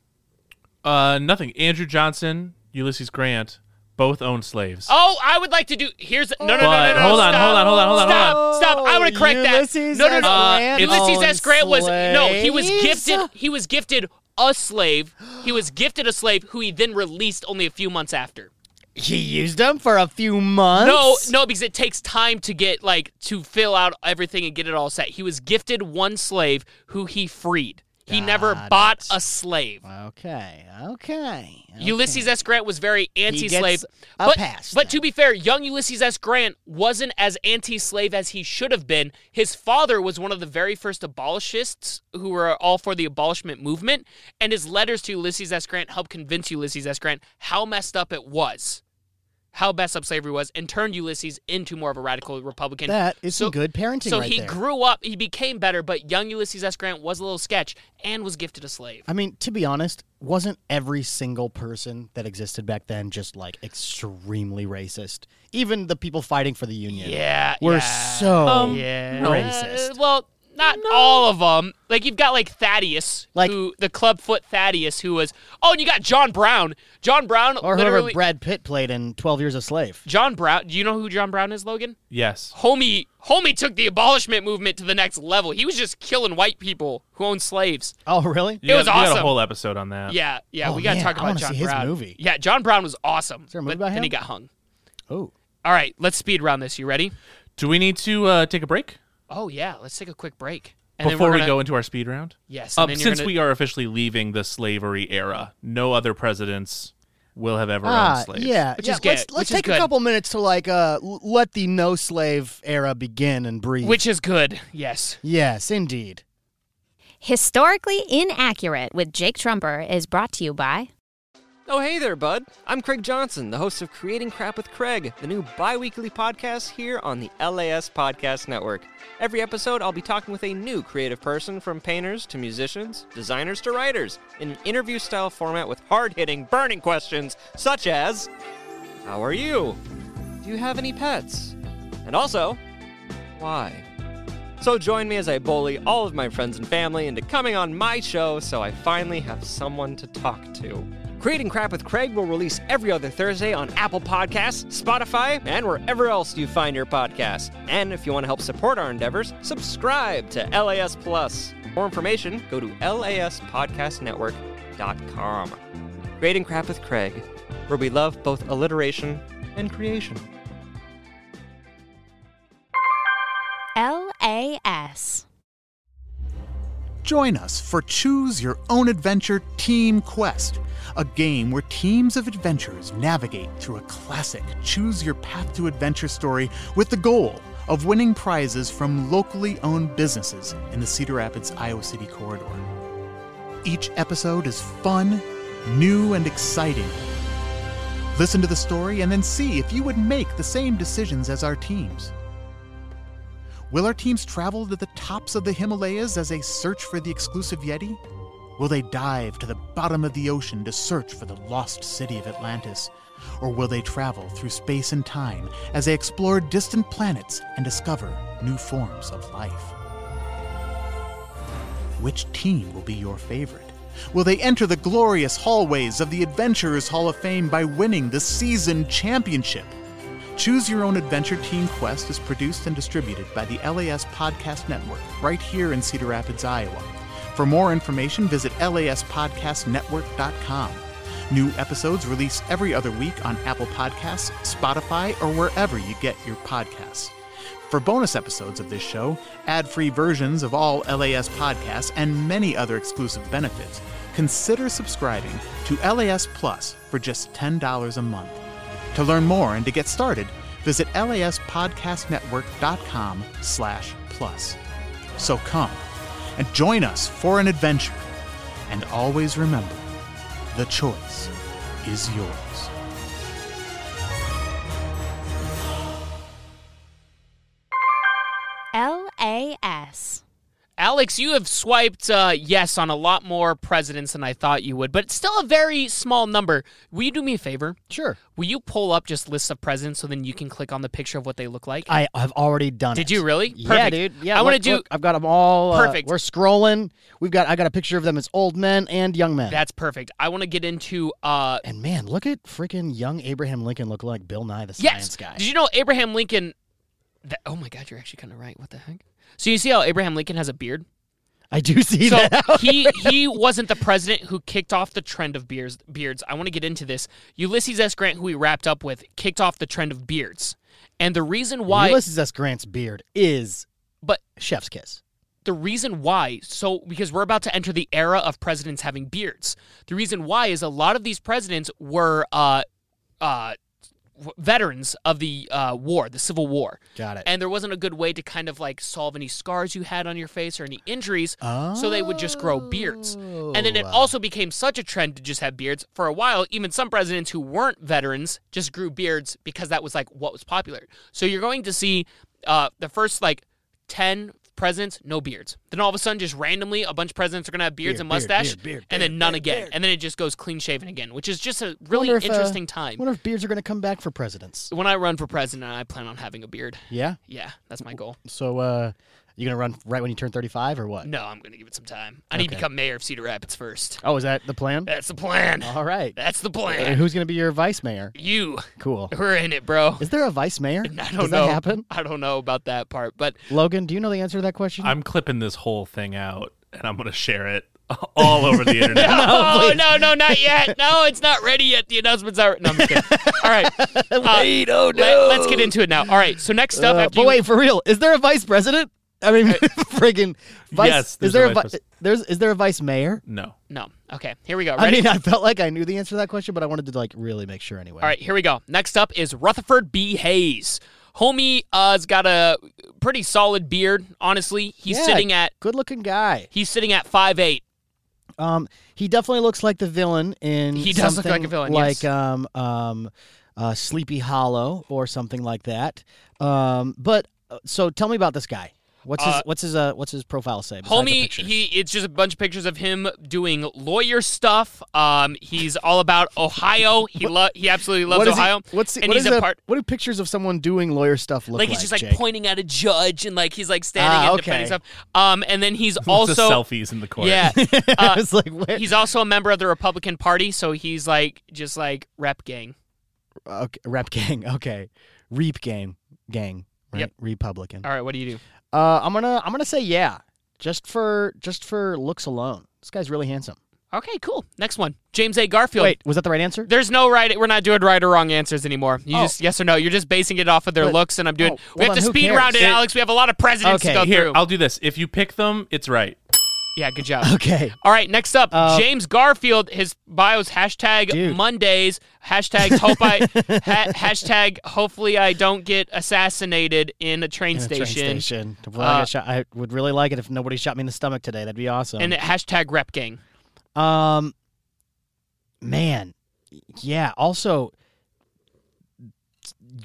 [SPEAKER 4] Uh, nothing. Andrew Johnson, Ulysses Grant, both own slaves.
[SPEAKER 3] Oh, I would like to do. Here's no, no, no, no,
[SPEAKER 4] But-
[SPEAKER 3] no.
[SPEAKER 4] hold on,
[SPEAKER 3] stop,
[SPEAKER 4] hold on, hold on, hold on, Uh, hold
[SPEAKER 3] Stop, stop. I want to correct
[SPEAKER 2] Ulysses
[SPEAKER 3] that. No, no,
[SPEAKER 2] S.
[SPEAKER 3] no.
[SPEAKER 2] Grant
[SPEAKER 3] Ulysses S.
[SPEAKER 2] owned
[SPEAKER 3] Grant was no. He was
[SPEAKER 2] slaves?
[SPEAKER 3] gifted. He was gifted a slave. He was gifted a slave who he then released only a few months after.
[SPEAKER 2] He used them for a few months.
[SPEAKER 3] No, no, because it takes time to get like to fill out everything and get it all set. He was gifted one slave who he freed. He never
[SPEAKER 2] Got
[SPEAKER 3] bought
[SPEAKER 2] it.
[SPEAKER 3] a slave.
[SPEAKER 2] Okay. Okay.
[SPEAKER 3] Ulysses S. Grant was very anti-slave.
[SPEAKER 2] gets a
[SPEAKER 3] but,
[SPEAKER 2] pass
[SPEAKER 3] but to
[SPEAKER 2] then.
[SPEAKER 3] be fair, young Ulysses S. Grant wasn't as anti-slave as he should have been. His father was one of the very first abolitionists who were all for the abolishment movement, and his letters to Ulysses S. Grant helped convince Ulysses S. Grant how messed up it was, how messed up slavery was, and turned Ulysses into more of a radical Republican.
[SPEAKER 2] That is
[SPEAKER 3] so,
[SPEAKER 2] some good parenting
[SPEAKER 3] So
[SPEAKER 2] right
[SPEAKER 3] he
[SPEAKER 2] there.
[SPEAKER 3] grew up, he became better, but young Ulysses S. Grant was a little sketch and was gifted a slave.
[SPEAKER 2] I mean, to be honest, wasn't every single person that existed back then just like extremely racist? Even the people fighting for the union
[SPEAKER 3] Yeah,
[SPEAKER 2] were
[SPEAKER 3] yeah.
[SPEAKER 2] so
[SPEAKER 3] yeah.
[SPEAKER 2] Oh, racist.
[SPEAKER 3] Um, Uh, well, not all of them. Like you've got like Thaddeus,
[SPEAKER 2] Like-
[SPEAKER 3] who the clubfoot Thaddeus, who was. Oh, and you got John Brown. John Brown,
[SPEAKER 2] or whoever
[SPEAKER 3] literally.
[SPEAKER 2] Brad Pitt played in Twelve Years a Slave.
[SPEAKER 3] John Brown. Do you know who John Brown is, Logan?
[SPEAKER 4] Yes.
[SPEAKER 3] Homie, homie took the abolishment movement to the next level. He was just killing white people who owned slaves.
[SPEAKER 2] Oh, really?
[SPEAKER 4] You
[SPEAKER 3] It was
[SPEAKER 4] got, You got
[SPEAKER 3] awesome.
[SPEAKER 4] a whole episode on that.
[SPEAKER 3] Yeah, yeah.
[SPEAKER 2] Oh,
[SPEAKER 3] we gotta
[SPEAKER 2] man,
[SPEAKER 3] talk
[SPEAKER 2] I
[SPEAKER 3] about
[SPEAKER 2] wanna
[SPEAKER 3] John
[SPEAKER 2] see his
[SPEAKER 3] Brown.
[SPEAKER 2] movie.
[SPEAKER 3] Yeah, John Brown was awesome.
[SPEAKER 2] there a movie
[SPEAKER 3] but
[SPEAKER 2] about
[SPEAKER 3] Then he
[SPEAKER 2] him?
[SPEAKER 3] got hung.
[SPEAKER 2] Oh,
[SPEAKER 3] All right, let's speed round this. You ready?
[SPEAKER 4] Do we need to uh, take a break
[SPEAKER 3] Oh yeah, let's take a quick break. And then
[SPEAKER 4] before
[SPEAKER 3] we're
[SPEAKER 4] we
[SPEAKER 3] gonna-
[SPEAKER 4] go into our speed round?
[SPEAKER 3] Yes.
[SPEAKER 4] Uh,
[SPEAKER 3] and then you're
[SPEAKER 4] since
[SPEAKER 3] gonna-
[SPEAKER 4] we are officially leaving the slavery era, no other presidents will have ever
[SPEAKER 2] ah,
[SPEAKER 4] owned slaves.
[SPEAKER 2] yeah.
[SPEAKER 3] Which
[SPEAKER 2] yeah.
[SPEAKER 3] is
[SPEAKER 2] let's
[SPEAKER 3] good,
[SPEAKER 2] let's
[SPEAKER 3] which is
[SPEAKER 2] take
[SPEAKER 3] good.
[SPEAKER 2] a couple minutes to like uh, l- let the no slave era begin and breathe.
[SPEAKER 3] Which is good. Yes.
[SPEAKER 2] yes, indeed.
[SPEAKER 1] Historically Inaccurate with Jake Trumper is brought to you by
[SPEAKER 5] Oh, hey there, bud. I'm Craig Johnson, the host of Creating Crap with Craig, the new bi weekly podcast here on the LAS Podcast Network. Every episode, I'll be talking with a new creative person from painters to musicians, designers to writers, in an interview style format with hard hitting, burning questions such as How are you? Do you have any pets? And also, why? So join me as I bully all of my friends and family into coming on my show so I finally have someone to talk to. Creating Crap with Craig will release every other Thursday on Apple Podcasts, Spotify, and wherever else you find your podcasts. And if you want to help support our endeavors, subscribe to LAS Plus. For more information, go to laspodcastnetwork.com. Creating Crap with Craig, where we love both alliteration and creation.
[SPEAKER 1] LAS.
[SPEAKER 6] Join us for Choose Your Own Adventure Team Quest, a game where teams of adventurers navigate through a classic Choose Your Path to Adventure story with the goal of winning prizes from locally owned businesses in the Cedar Rapids, Iowa City corridor. Each episode is fun, new, and exciting. Listen to the story and then see if you would make the same decisions as our teams. Will our teams travel to the tops of the Himalayas as they search for the exclusive Yeti? Will they dive to the bottom of the ocean to search for the lost city of Atlantis? Or will they travel through space and time as they explore distant planets and discover new forms of life? Which team will be your favorite? Will they enter the glorious hallways of the Adventurers Hall of Fame by winning the season championship? Choose Your Own Adventure Team Quest is produced and distributed by the LAS Podcast Network right here in Cedar Rapids, Iowa. For more information, visit laspodcastnetwork.com. New episodes released every other week on Apple Podcasts, Spotify, or wherever you get your podcasts. For bonus episodes of this show, ad free versions of all LAS podcasts, and many other exclusive benefits, consider subscribing to LAS Plus for just $10 a month. To learn more and to get started, visit laspodcastnetwork.com slash plus. So come and join us for an adventure. And always remember, the choice is yours.
[SPEAKER 1] LAS.
[SPEAKER 3] Alex, you have swiped uh, yes on a lot more presidents than I thought you would, but it's still a very small number. Will you do me a favor?
[SPEAKER 2] Sure.
[SPEAKER 3] Will you pull up just lists of presidents so then you can click on the picture of what they look like?
[SPEAKER 2] I have already done it.
[SPEAKER 3] Did you really?
[SPEAKER 2] Yeah,
[SPEAKER 3] Perfect.
[SPEAKER 2] dude. Yeah,
[SPEAKER 3] I want to
[SPEAKER 2] look-
[SPEAKER 3] do.
[SPEAKER 2] look, I've got them all. uh,
[SPEAKER 3] Perfect.
[SPEAKER 2] we're scrolling. We've got. I got a picture of them as old men and young men.
[SPEAKER 3] That's perfect. I want to get into. Uh,
[SPEAKER 2] and man, look at freaking young Abraham Lincoln looking like Bill Nye the
[SPEAKER 3] yes.
[SPEAKER 2] Science Guy.
[SPEAKER 3] Did you know Abraham Lincoln? That, oh my God, you're actually kind of right. What the heck? So you see how Abraham Lincoln has a beard?
[SPEAKER 2] I do see
[SPEAKER 3] So
[SPEAKER 2] that.
[SPEAKER 3] he he wasn't the president who kicked off the trend of beards. Beards. I want to get into this. Ulysses S. Grant, who we wrapped up with, kicked off the trend of beards, and the reason why.
[SPEAKER 2] Ulysses S. Grant's beard is
[SPEAKER 3] But
[SPEAKER 2] chef's kiss.
[SPEAKER 3] the reason why so because we're about to enter the era of presidents having beards the reason why is a lot of these presidents were uh uh w- veterans of the uh, war the civil war
[SPEAKER 2] Got it.
[SPEAKER 3] and there wasn't a good way to kind of like solve any scars you had on your face or any injuries so they would just grow beards and then it
[SPEAKER 2] Oh.
[SPEAKER 3] also became such a trend to just have beards for a while even some presidents who weren't veterans just grew beards because that was like what was popular so you're going to see uh, the first like 10 presidents no beards then all of a sudden just randomly a bunch of presidents are going to have beards
[SPEAKER 2] Beard,
[SPEAKER 3] and
[SPEAKER 2] beard,
[SPEAKER 3] mustache
[SPEAKER 2] beard, beard,
[SPEAKER 3] and then none again and then it just goes clean shaven again which is just a really
[SPEAKER 2] Wonder if, uh,
[SPEAKER 3] interesting time
[SPEAKER 2] Wonder if beards are going to come back for presidents.
[SPEAKER 3] when i run for president i plan on having a beard
[SPEAKER 2] Yeah.
[SPEAKER 3] yeah that's my goal
[SPEAKER 2] So uh, you going to run right when you turn 35 or what?
[SPEAKER 3] No, I'm going to give it some time. I need
[SPEAKER 2] Okay.
[SPEAKER 3] to become mayor of Cedar Rapids first.
[SPEAKER 2] Oh, Uh-huh. Uh, is that the plan?
[SPEAKER 3] That's the plan.
[SPEAKER 2] All right.
[SPEAKER 3] That's the
[SPEAKER 2] And
[SPEAKER 3] plan.
[SPEAKER 2] who's going to be your vice mayor?
[SPEAKER 3] You,
[SPEAKER 2] Cool.
[SPEAKER 3] we're in it, bro.
[SPEAKER 2] Is there a vice mayor?
[SPEAKER 3] I don't
[SPEAKER 2] Does
[SPEAKER 3] know.
[SPEAKER 2] that happen?
[SPEAKER 3] I don't know about that part, but
[SPEAKER 2] Logan, do you know the answer to that question?
[SPEAKER 4] I'm clipping this whole thing out and I'm going to share it all over the internet.
[SPEAKER 3] oh no, no, not yet. No, it's not ready yet. The announcements are. No, I'm just kidding. All right, Uh, Let, us get into it now. All right, so next up,
[SPEAKER 2] Uh,
[SPEAKER 3] after
[SPEAKER 2] but
[SPEAKER 3] you-
[SPEAKER 2] wait, for real, is there a vice president? I mean, friggin' vice.
[SPEAKER 4] Yes,
[SPEAKER 2] is
[SPEAKER 4] there's
[SPEAKER 2] there
[SPEAKER 4] a
[SPEAKER 2] a,
[SPEAKER 4] vice
[SPEAKER 2] vi-
[SPEAKER 4] pres-
[SPEAKER 2] there's is there a vice mayor?
[SPEAKER 4] No.
[SPEAKER 3] no, okay, here we go.
[SPEAKER 2] I
[SPEAKER 3] Ready?
[SPEAKER 2] mean, I felt like I knew the answer to that question, but I wanted to like really make sure anyway.
[SPEAKER 3] All right, here we go. Next up is Rutherford B. Hayes. Homie uh, has got a pretty solid beard. Honestly, he's
[SPEAKER 2] Yeah,
[SPEAKER 3] sitting at
[SPEAKER 2] good-looking guy.
[SPEAKER 3] he's sitting at five eight.
[SPEAKER 2] Um, he definitely looks like the villain in
[SPEAKER 3] He does look like a
[SPEAKER 2] something
[SPEAKER 3] villain,
[SPEAKER 2] like
[SPEAKER 3] yes.
[SPEAKER 2] um um, uh, Sleepy Hollow or something like that. Um, but uh, so tell me about this guy. What's his
[SPEAKER 3] Uh,
[SPEAKER 2] what's his uh, what's his profile say? besides the
[SPEAKER 3] Homie,
[SPEAKER 2] picture?
[SPEAKER 3] he it's just a bunch of pictures of him doing lawyer stuff. Um, he's all about Ohio. He lo- he absolutely loves
[SPEAKER 2] What is he-
[SPEAKER 3] Ohio.
[SPEAKER 2] what's he-
[SPEAKER 3] and
[SPEAKER 2] what
[SPEAKER 3] he's
[SPEAKER 2] is
[SPEAKER 3] a
[SPEAKER 2] a-
[SPEAKER 3] part
[SPEAKER 2] What do pictures of someone doing lawyer stuff look
[SPEAKER 3] like
[SPEAKER 2] like?
[SPEAKER 3] he's just like
[SPEAKER 2] Jake?
[SPEAKER 3] pointing at a judge and like he's like standing
[SPEAKER 2] Ah,
[SPEAKER 3] and
[SPEAKER 2] okay.
[SPEAKER 3] defending stuff. Um, and then he's
[SPEAKER 4] Lots of
[SPEAKER 3] also
[SPEAKER 4] selfies in the corner.
[SPEAKER 3] yeah.
[SPEAKER 2] I
[SPEAKER 3] Uh,
[SPEAKER 2] was like, where?
[SPEAKER 3] he's also a member of the Republican Party, so he's like just like rep gang.
[SPEAKER 2] okay, rep gang. Okay, reap gang. Gang. Right?
[SPEAKER 3] Yep.
[SPEAKER 2] Republican.
[SPEAKER 3] All right, what do you do?
[SPEAKER 2] Uh, I'm gonna I'm gonna say yeah, just for just for looks alone. This guy's really handsome.
[SPEAKER 3] Okay, cool. Next one, James A. Garfield.
[SPEAKER 2] Wait, was that the right answer?
[SPEAKER 3] There's no right. We're not doing right or wrong answers anymore. You just yes or no. You're just basing it off of their
[SPEAKER 2] Oh. But-
[SPEAKER 3] looks, and I'm doing.
[SPEAKER 2] oh,
[SPEAKER 3] we
[SPEAKER 2] well
[SPEAKER 3] have to
[SPEAKER 2] then who
[SPEAKER 3] speed round it,
[SPEAKER 2] cares?
[SPEAKER 3] Alex. We have a lot of presidents
[SPEAKER 2] Okay,
[SPEAKER 3] to go
[SPEAKER 4] Here,
[SPEAKER 3] through.
[SPEAKER 4] I'll do this. If you pick them, it's right.
[SPEAKER 3] Yeah, good job.
[SPEAKER 2] Okay.
[SPEAKER 3] All right, next up,
[SPEAKER 2] Uh,
[SPEAKER 3] James Garfield. His bio's hashtag
[SPEAKER 2] Dude.
[SPEAKER 3] Mondays, hashtag hope I, ha- hashtag hopefully I don't get assassinated in a train,
[SPEAKER 2] In a
[SPEAKER 3] station, Uh,
[SPEAKER 2] Train station. Well, I, got shot- I would really like it if nobody shot me in the stomach today. That'd be awesome.
[SPEAKER 3] and hashtag Rep Gang.
[SPEAKER 2] Um, man, yeah. Also,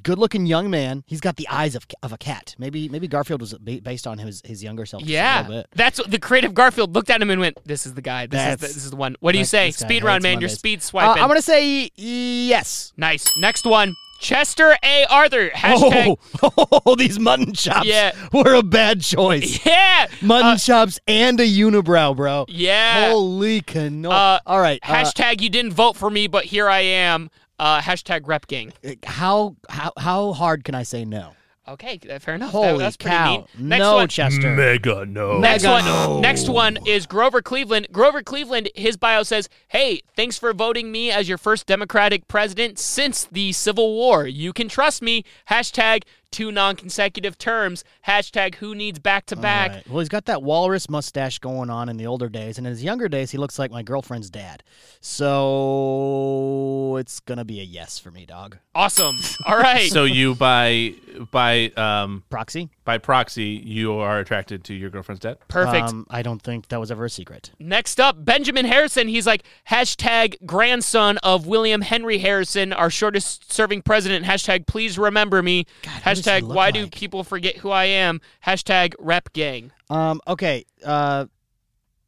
[SPEAKER 2] good-looking young man. He's got the eyes of of a cat. Maybe maybe Garfield was ba- based on his his younger self. just a little
[SPEAKER 3] Yeah,
[SPEAKER 2] bit.
[SPEAKER 3] that's what the creative Garfield looked at him and went, "This is the guy. This, is the,
[SPEAKER 2] That's-
[SPEAKER 3] this is the one." What do you
[SPEAKER 2] like,
[SPEAKER 3] say?
[SPEAKER 2] this guy
[SPEAKER 3] Speed round,
[SPEAKER 2] hates
[SPEAKER 3] man. Your
[SPEAKER 2] Mondays.
[SPEAKER 3] speed
[SPEAKER 2] Uh,
[SPEAKER 3] swiping.
[SPEAKER 2] I'm gonna say yes.
[SPEAKER 3] nice. Next one, Chester A. Arthur. Hashtag.
[SPEAKER 2] Oh, these mutton chops
[SPEAKER 3] Yeah.
[SPEAKER 2] were a bad choice.
[SPEAKER 3] Yeah.
[SPEAKER 2] Mutton
[SPEAKER 3] Uh,
[SPEAKER 2] chops and a unibrow, bro.
[SPEAKER 3] yeah.
[SPEAKER 2] Holy canola.
[SPEAKER 3] Uh,
[SPEAKER 2] All right. uh,
[SPEAKER 3] hashtag you didn't vote for me, but here I am. Uh, hashtag Rep Gang.
[SPEAKER 2] how how how hard can I say no?
[SPEAKER 3] Okay, uh, fair enough. That-
[SPEAKER 2] Holy
[SPEAKER 3] that's pretty
[SPEAKER 2] cow.
[SPEAKER 3] neat. Next
[SPEAKER 2] no,
[SPEAKER 3] one.
[SPEAKER 2] Chester.
[SPEAKER 4] Mega no.
[SPEAKER 3] Next
[SPEAKER 2] Mega
[SPEAKER 3] one,
[SPEAKER 2] no.
[SPEAKER 3] next one is Grover Cleveland. Grover Cleveland, his bio says, "Hey, thanks for voting me as your first Democratic president since the Civil War. You can trust me." Hashtag two non-consecutive terms. Hashtag who needs back-to-back.
[SPEAKER 2] All right. Well, he's got that walrus mustache going on in the older days, and in his younger days, he looks like my girlfriend's dad. So it's gonna be a yes for me, dog.
[SPEAKER 3] Awesome. All right.
[SPEAKER 4] So you by by um
[SPEAKER 2] Proxy.
[SPEAKER 4] by proxy, you are attracted to your girlfriend's dad.
[SPEAKER 3] Perfect.
[SPEAKER 2] Um, I don't think that was ever a secret.
[SPEAKER 3] Next up, Benjamin Harrison. He's like hashtag grandson of William Henry Harrison, our shortest serving president. Hashtag please remember me.
[SPEAKER 2] does he
[SPEAKER 3] hashtag
[SPEAKER 2] look
[SPEAKER 3] why do
[SPEAKER 2] like?
[SPEAKER 3] people forget who I am? Hashtag rep gang.
[SPEAKER 2] Um. Okay. Uh.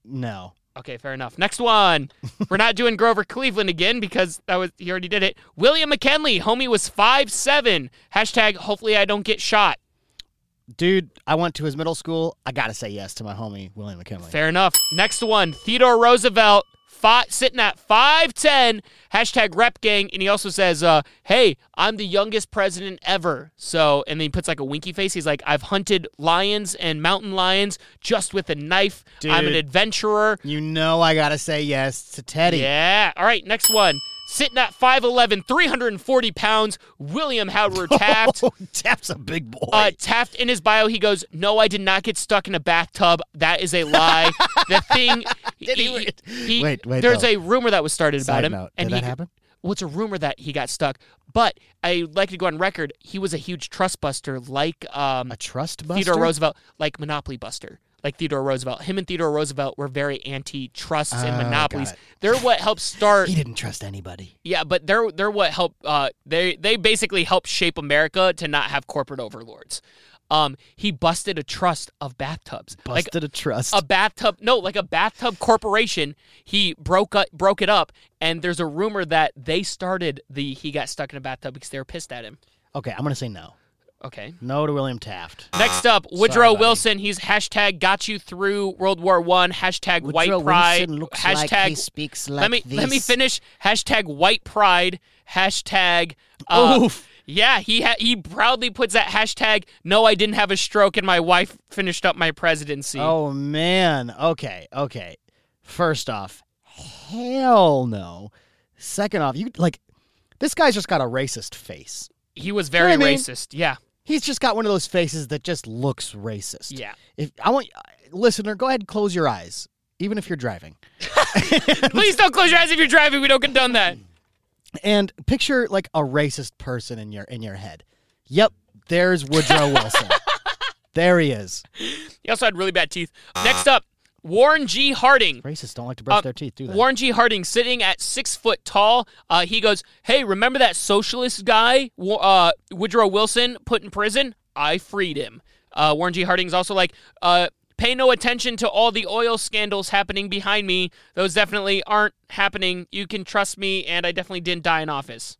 [SPEAKER 2] No.
[SPEAKER 3] Okay, fair enough. Next one. We're not doing Grover Cleveland again because that was he already did it. William McKinley, homie was five seven. Hashtag hopefully I don't get shot.
[SPEAKER 2] Dude, I went to his middle school. I gotta say yes to my homie William McKinley.
[SPEAKER 3] Fair enough. Next one, Theodore Roosevelt, fi- sitting at five ten. Hashtag Rep Gang, and he also says, uh, "Hey, I'm the youngest president ever." So, and then he puts like a winky face. He's like, "I've hunted lions and mountain lions just with a knife. I'm an
[SPEAKER 2] Dude.
[SPEAKER 3] adventurer."
[SPEAKER 2] You know I gotta say yes to Teddy.
[SPEAKER 3] Yeah. All right, next one. Sitting at 5'11", 340 pounds, William Howard Taft.
[SPEAKER 2] Oh, Taft's a big boy.
[SPEAKER 3] Uh, Taft in his bio, he goes, "No, I did not get stuck in a bathtub. That is a lie." the thing.
[SPEAKER 2] Did he re- Wait, wait,
[SPEAKER 3] There's
[SPEAKER 2] though.
[SPEAKER 3] a rumor that was started about
[SPEAKER 2] Side
[SPEAKER 3] him,
[SPEAKER 2] note,
[SPEAKER 3] and
[SPEAKER 2] did
[SPEAKER 3] he,
[SPEAKER 2] that happen?
[SPEAKER 3] Well, it's a rumor that he got stuck, but I'd like to go on record. He was a huge trust buster, like um,
[SPEAKER 2] a trust buster.
[SPEAKER 3] Theodore Roosevelt, like Monopoly Buster, like Theodore Roosevelt. Him and Theodore Roosevelt were very anti-trusts and
[SPEAKER 2] Oh, got
[SPEAKER 3] monopolies.
[SPEAKER 2] it.
[SPEAKER 3] They're what helped start.
[SPEAKER 2] He didn't trust anybody.
[SPEAKER 3] Yeah, but they're they're what help uh they they basically help shape America to not have corporate overlords. Um he busted a trust of bathtubs. like
[SPEAKER 2] Busted a trust.
[SPEAKER 3] a bathtub no, like a bathtub corporation. He broke up, broke it up and there's a rumor that they started the he got stuck in a bathtub because they were pissed at him.
[SPEAKER 2] okay, I'm gonna say no.
[SPEAKER 3] Okay.
[SPEAKER 2] No to William Taft.
[SPEAKER 3] Next up, Woodrow Wilson. He's hashtag got you through World War One. Hashtag
[SPEAKER 2] Woodrow
[SPEAKER 3] white pride.
[SPEAKER 2] Wilson looks
[SPEAKER 3] hashtag
[SPEAKER 2] like he speaks
[SPEAKER 3] let
[SPEAKER 2] like
[SPEAKER 3] me let me
[SPEAKER 2] this.
[SPEAKER 3] finish. Hashtag white pride. Hashtag. uh,
[SPEAKER 2] Oof.
[SPEAKER 3] Yeah, he ha- he proudly puts that hashtag. No, I didn't have a stroke, and my wife finished up my presidency.
[SPEAKER 2] Oh man. Okay. Okay. First off, hell no. Second off, you like this guy's just got a racist face.
[SPEAKER 3] He was
[SPEAKER 2] know
[SPEAKER 3] very
[SPEAKER 2] what I mean?
[SPEAKER 3] racist. Yeah,
[SPEAKER 2] He's just got one of those faces that just looks racist.
[SPEAKER 3] yeah.
[SPEAKER 2] If I want uh, listener, go ahead and close your eyes, even if you're driving,
[SPEAKER 3] Please don't close your eyes if you're driving. We don't condone that.
[SPEAKER 2] and picture like a racist person in your in your head. Yep, there's Woodrow Wilson. There he is.
[SPEAKER 3] He also had really bad teeth. Next up, Warren G. Harding.
[SPEAKER 2] Racists don't like to brush
[SPEAKER 3] Uh,
[SPEAKER 2] their teeth, do they?
[SPEAKER 3] Warren G. Harding sitting at six foot tall. Uh, he goes, "Hey, remember that socialist guy, Wa- uh, Woodrow Wilson, put in prison? I freed him." Uh, Warren G. Harding's also like, uh, "Pay no attention to all the oil scandals happening behind me. Those definitely aren't happening. You can trust me, and I definitely didn't die in office.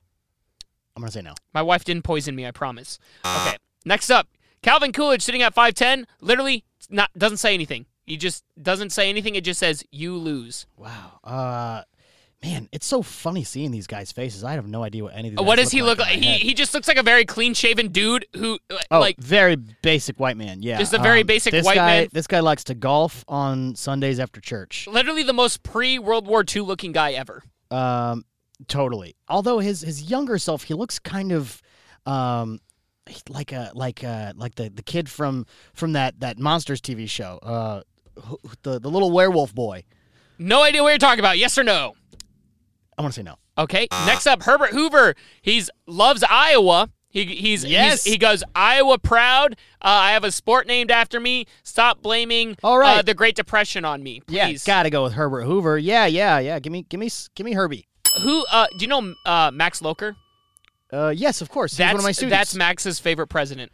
[SPEAKER 2] I'm gonna say no.
[SPEAKER 3] My wife didn't poison me. I promise." Okay. Next up, Calvin Coolidge sitting at five ten. Literally, not doesn't say anything. He just doesn't say anything. It just says, "You lose."
[SPEAKER 2] Wow. Uh, man, it's so funny seeing these guys' faces. I have no idea what any of these.
[SPEAKER 3] what
[SPEAKER 2] guys
[SPEAKER 3] does he look like?
[SPEAKER 2] in my
[SPEAKER 3] He
[SPEAKER 2] head.
[SPEAKER 3] he just looks like a very clean shaven dude who uh,
[SPEAKER 2] Oh,
[SPEAKER 3] like
[SPEAKER 2] very basic white man. Yeah, Um,
[SPEAKER 3] Just a very basic
[SPEAKER 2] this
[SPEAKER 3] white
[SPEAKER 2] guy,
[SPEAKER 3] man.
[SPEAKER 2] This guy likes to golf on Sundays after church.
[SPEAKER 3] literally the most pre World War II looking guy ever.
[SPEAKER 2] Um, totally. Although his his younger self, he looks kind of, um, like a like a like the the kid from from that that monsters TV show. Uh, who- the the little werewolf boy.
[SPEAKER 3] No idea what you're talking about. Yes or no?
[SPEAKER 2] I want to say no.
[SPEAKER 3] Okay. Next up, Herbert Hoover. He's loves Iowa. He, he's,
[SPEAKER 2] Yes.
[SPEAKER 3] he's he goes Iowa proud. Uh, I have a sport named after me. Stop blaming
[SPEAKER 2] All right.
[SPEAKER 3] uh, the Great Depression on me,
[SPEAKER 2] Yeah,
[SPEAKER 3] please.
[SPEAKER 2] gotta go with Herbert Hoover. Yeah, yeah, yeah. Give me, give me, s- give me Herbie.
[SPEAKER 3] Who uh, do you know? Uh, Max Loker.
[SPEAKER 2] Uh, yes, of course. He's
[SPEAKER 3] That's
[SPEAKER 2] one of my students.
[SPEAKER 3] that's Max's favorite president,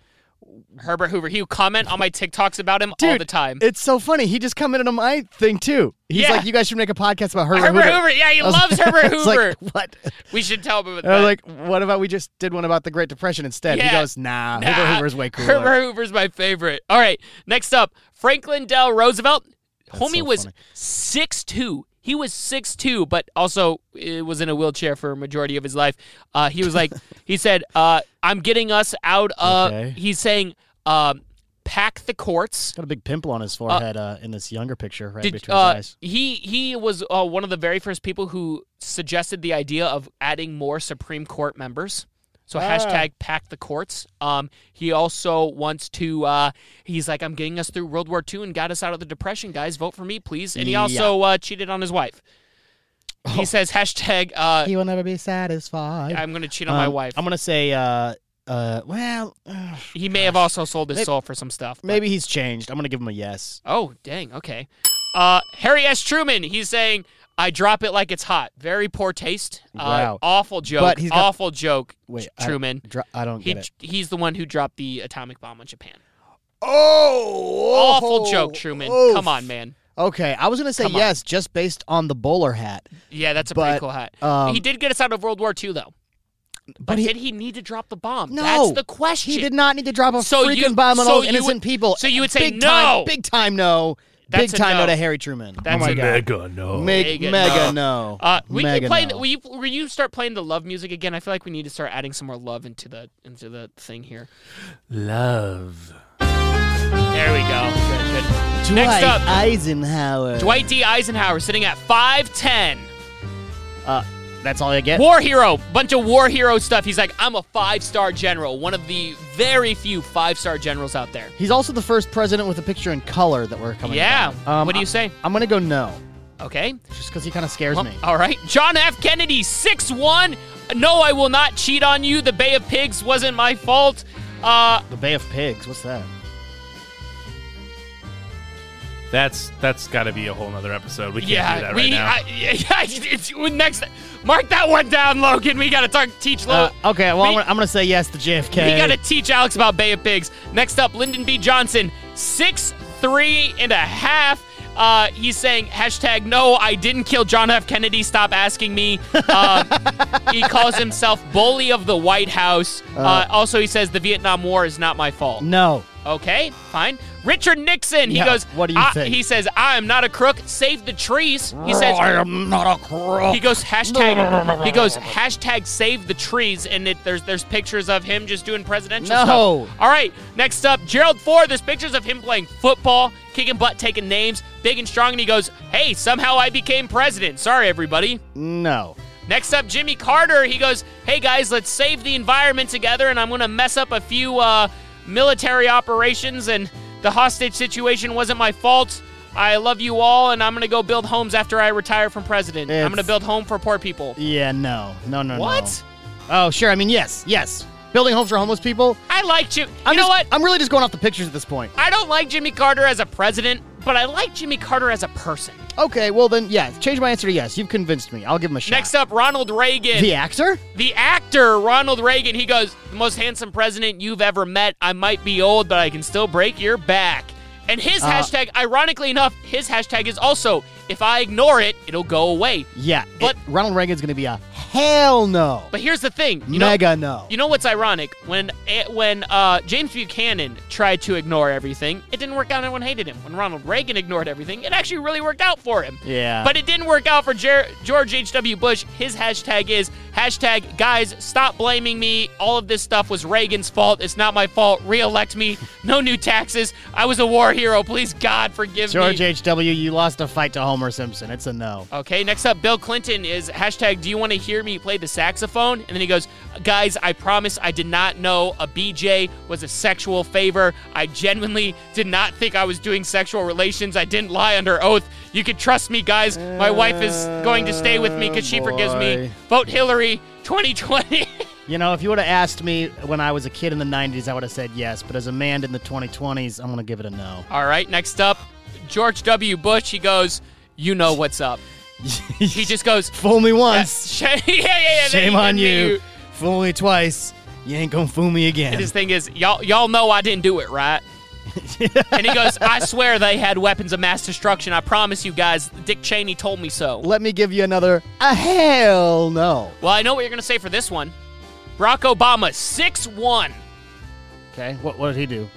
[SPEAKER 3] Herbert Hoover. He would comment on my TikToks about him all
[SPEAKER 2] Dude,
[SPEAKER 3] the time.
[SPEAKER 2] It's so funny. He just commented on my thing too. He's
[SPEAKER 3] Yeah.
[SPEAKER 2] like, you guys should make a podcast about Herbert,
[SPEAKER 3] Herbert Hoover. Yeah, he
[SPEAKER 2] I was-
[SPEAKER 3] loves Herbert
[SPEAKER 2] I was like,
[SPEAKER 3] Hoover.
[SPEAKER 2] what?
[SPEAKER 3] we should tell him about
[SPEAKER 2] I
[SPEAKER 3] that.
[SPEAKER 2] was like, what about we just did one about the Great Depression instead? He
[SPEAKER 3] Yeah.
[SPEAKER 2] goes, nah,
[SPEAKER 3] Nah,
[SPEAKER 2] Herbert Hoover's way cooler.
[SPEAKER 3] Herbert Hoover's my favorite. All right, next up, Franklin Del Roosevelt. Homie
[SPEAKER 2] so
[SPEAKER 3] was
[SPEAKER 2] funny.
[SPEAKER 3] six two. He was six two, but also uh, was in a wheelchair for a majority of his life. Uh, he was like, he said, uh, "I'm getting us out of."
[SPEAKER 2] Okay.
[SPEAKER 3] He's saying, um, "Pack the courts."
[SPEAKER 2] Got a big pimple on his forehead uh, in this younger picture, right
[SPEAKER 3] Did-
[SPEAKER 2] between
[SPEAKER 3] uh,
[SPEAKER 2] his eyes.
[SPEAKER 3] He he was uh, one of the very first people who suggested the idea of adding more Supreme Court members. So
[SPEAKER 2] Ah.
[SPEAKER 3] hashtag pack the courts. Um, he also wants to. Uh, he's like, I'm getting us through World War II and got us out of the depression, guys. Vote for me, please. And he also uh, cheated on his wife.
[SPEAKER 2] Oh.
[SPEAKER 3] He says hashtag uh,
[SPEAKER 2] He will never be satisfied.
[SPEAKER 3] I'm going to cheat on my
[SPEAKER 2] Um,
[SPEAKER 3] wife.
[SPEAKER 2] I'm gonna say, uh, uh, well, uh,
[SPEAKER 3] he may have also sold his
[SPEAKER 2] Maybe-
[SPEAKER 3] soul for some stuff. but-
[SPEAKER 2] maybe he's changed. I'm gonna give him a yes.
[SPEAKER 3] Oh, dang. Okay. Uh, Harry S. Truman, he's saying, I drop it like it's hot. Very poor taste. Uh,
[SPEAKER 2] Wow.
[SPEAKER 3] Awful joke.
[SPEAKER 2] But he's got-
[SPEAKER 3] awful joke,
[SPEAKER 2] Wait,
[SPEAKER 3] Tr- Truman.
[SPEAKER 2] I, dro- I don't
[SPEAKER 3] he,
[SPEAKER 2] get it.
[SPEAKER 3] He's the one who dropped the atomic bomb on Japan.
[SPEAKER 2] Oh,
[SPEAKER 3] Awful joke, Truman.
[SPEAKER 2] oof.
[SPEAKER 3] Come on, man.
[SPEAKER 2] Okay, I was gonna say
[SPEAKER 3] Come on.
[SPEAKER 2] yes, just based on the bowler hat.
[SPEAKER 3] Yeah, that's a pretty
[SPEAKER 2] But,
[SPEAKER 3] cool hat.
[SPEAKER 2] um,
[SPEAKER 3] he did get us out of World War II, though. But,
[SPEAKER 2] he-
[SPEAKER 3] did he need to drop the bomb?
[SPEAKER 2] No,
[SPEAKER 3] That's the question.
[SPEAKER 2] He did not need to drop a
[SPEAKER 3] So
[SPEAKER 2] freaking
[SPEAKER 3] you-
[SPEAKER 2] bomb on
[SPEAKER 3] so
[SPEAKER 2] all those
[SPEAKER 3] you
[SPEAKER 2] innocent
[SPEAKER 3] would-
[SPEAKER 2] people.
[SPEAKER 3] so you would say
[SPEAKER 2] big
[SPEAKER 3] no.
[SPEAKER 2] Time, big time no.
[SPEAKER 3] That's a
[SPEAKER 2] big time
[SPEAKER 3] no.
[SPEAKER 2] to Harry Truman.
[SPEAKER 3] That's
[SPEAKER 2] oh my
[SPEAKER 3] a no.
[SPEAKER 2] god.
[SPEAKER 4] Mega no.
[SPEAKER 2] Meg-
[SPEAKER 3] Mega
[SPEAKER 2] mega, no.
[SPEAKER 3] Uh, we
[SPEAKER 2] mega
[SPEAKER 3] keep playing.
[SPEAKER 2] no.
[SPEAKER 3] Will you, will you start playing the love music again? I feel like we need to start adding some more love into the into the thing here.
[SPEAKER 4] Love.
[SPEAKER 3] There we go. Good, good.
[SPEAKER 2] Dwight
[SPEAKER 3] Next up-
[SPEAKER 2] Eisenhower.
[SPEAKER 3] Dwight D. Eisenhower sitting at 5'10.
[SPEAKER 2] Uh, that's all I get.
[SPEAKER 3] War hero. Bunch of war hero stuff. He's like, I'm a five star general. One of the very few five star generals out there.
[SPEAKER 2] He's also the first president with a picture in color that we're coming.
[SPEAKER 3] yeah.
[SPEAKER 2] down. Um,
[SPEAKER 3] what do you
[SPEAKER 2] I-
[SPEAKER 3] say?
[SPEAKER 2] I'm gonna go no,
[SPEAKER 3] Okay.
[SPEAKER 2] just because he kind of scares
[SPEAKER 3] Well, uh,
[SPEAKER 2] me.
[SPEAKER 3] all right. John F. Kennedy, 6'1. No, I will not cheat on you. The Bay of Pigs wasn't my fault. Uh,
[SPEAKER 2] The Bay of Pigs. What's that?
[SPEAKER 4] That's that's got to be a whole nother episode. We can't do
[SPEAKER 3] yeah,
[SPEAKER 4] that
[SPEAKER 3] we.
[SPEAKER 4] right now.
[SPEAKER 3] I, yeah, yeah, it's, next, mark that one down, Logan. We gotta talk, teach Logan.
[SPEAKER 2] Uh, okay, well
[SPEAKER 3] we-
[SPEAKER 2] I'm, gonna, I'm gonna say yes to JFK.
[SPEAKER 3] We gotta teach Alex about Bay of Pigs. Next up, Lyndon B. Johnson, six three and a half. Uh, he's saying hashtag no, I didn't kill John F. Kennedy. Stop asking me. Um, he calls himself bully of the White House. Uh, also, he says the Vietnam War is not my fault.
[SPEAKER 2] no.
[SPEAKER 3] Okay, fine. Richard Nixon. He
[SPEAKER 2] Yeah,
[SPEAKER 3] goes.
[SPEAKER 2] what do you
[SPEAKER 3] "I-"
[SPEAKER 2] think? Oh,
[SPEAKER 3] He says I am not a crook. Save the trees. He says
[SPEAKER 2] I am not a crook.
[SPEAKER 3] he goes hashtag. he goes hashtag save the trees, and it, there's there's pictures of him just doing presidential
[SPEAKER 2] No.
[SPEAKER 3] stuff. All right, next up, Gerald Ford. There's pictures of him playing football, kicking butt, taking names, big and strong, and he goes, "Hey, somehow I became president." Sorry, everybody.
[SPEAKER 2] No.
[SPEAKER 3] Next up, Jimmy Carter. He goes, "Hey guys, let's save the environment together, and I'm gonna mess up a few uh, military operations, and the hostage situation wasn't my fault." I love you all, and I'm gonna go build homes after I retire from president. I'm
[SPEAKER 2] It's-
[SPEAKER 3] gonna build home for poor people.
[SPEAKER 2] Yeah, no. No, no, no.
[SPEAKER 3] What?
[SPEAKER 2] Oh, sure. I mean, yes, yes. Building homes for homeless people.
[SPEAKER 3] I like Jim. You
[SPEAKER 2] I'm
[SPEAKER 3] know
[SPEAKER 2] just-
[SPEAKER 3] what?
[SPEAKER 2] I'm really just going off the pictures at this point.
[SPEAKER 3] I don't like Jimmy Carter as a president, but I like Jimmy Carter as a person.
[SPEAKER 2] Okay, well then, yes. Change my answer to yes. You've convinced me. I'll give him a shot.
[SPEAKER 3] Next up, Ronald Reagan.
[SPEAKER 2] the actor?
[SPEAKER 3] the actor Ronald Reagan, he goes, The most handsome president you've ever met. I might be old, but I can still break your back. And his
[SPEAKER 2] Uh,
[SPEAKER 3] hashtag, ironically enough, his hashtag is also, If I ignore it, it'll go away.
[SPEAKER 2] Yeah.
[SPEAKER 3] But-
[SPEAKER 2] it- Ronald Reagan's gonna be a hell no.
[SPEAKER 3] But here's the thing. You know,
[SPEAKER 2] Mega no.
[SPEAKER 3] You know what's ironic? When eh, when uh, James Buchanan tried to ignore everything, it didn't work out. and Everyone hated him. When Ronald Reagan ignored everything, it actually really worked out for him.
[SPEAKER 2] yeah.
[SPEAKER 3] But it didn't work out for Jer- George H.W. Bush. His hashtag is Hashtag guys, stop blaming me. All of this stuff was Reagan's fault. It's not my fault. Re-elect me. No new taxes. I was a war hero. Please God forgive me.
[SPEAKER 2] George H.W., you lost a fight to Homer Simpson. It's a no.
[SPEAKER 3] Okay, next up, Bill Clinton is hashtag, do you want to hear me play the saxophone? And then he goes, guys, I promise I did not know a BJ was a sexual favor. I genuinely did not think I was doing sexual relations. I didn't lie under oath. You can trust me, guys. My wife is going to stay with me because she forgives me.
[SPEAKER 2] Oh, boy.
[SPEAKER 3] Vote Hillary 2020.
[SPEAKER 2] You know, if you would have asked me when I was a kid in the 90s, I would have said yes. But as a man in the 2020s, I'm going to give it a no.
[SPEAKER 3] All right, next up, George W. Bush, he goes, you know what's up. he just goes,
[SPEAKER 2] Fool me once.
[SPEAKER 3] "Sh- yeah, yeah, yeah,
[SPEAKER 2] Shame
[SPEAKER 3] they-
[SPEAKER 2] on
[SPEAKER 3] they-
[SPEAKER 2] you. Fool me twice. You ain't going to fool me
[SPEAKER 3] And
[SPEAKER 2] again.
[SPEAKER 3] his thing is, y'all, y'all know I didn't do it, right? and he goes, I swear they had weapons of mass destruction. I promise you guys, Dick Cheney told me so.
[SPEAKER 2] Let me give you another a hell no.
[SPEAKER 3] Well, I know what you're going to say for this one. Barack Obama, 6 1.
[SPEAKER 2] Okay, what, what did he do?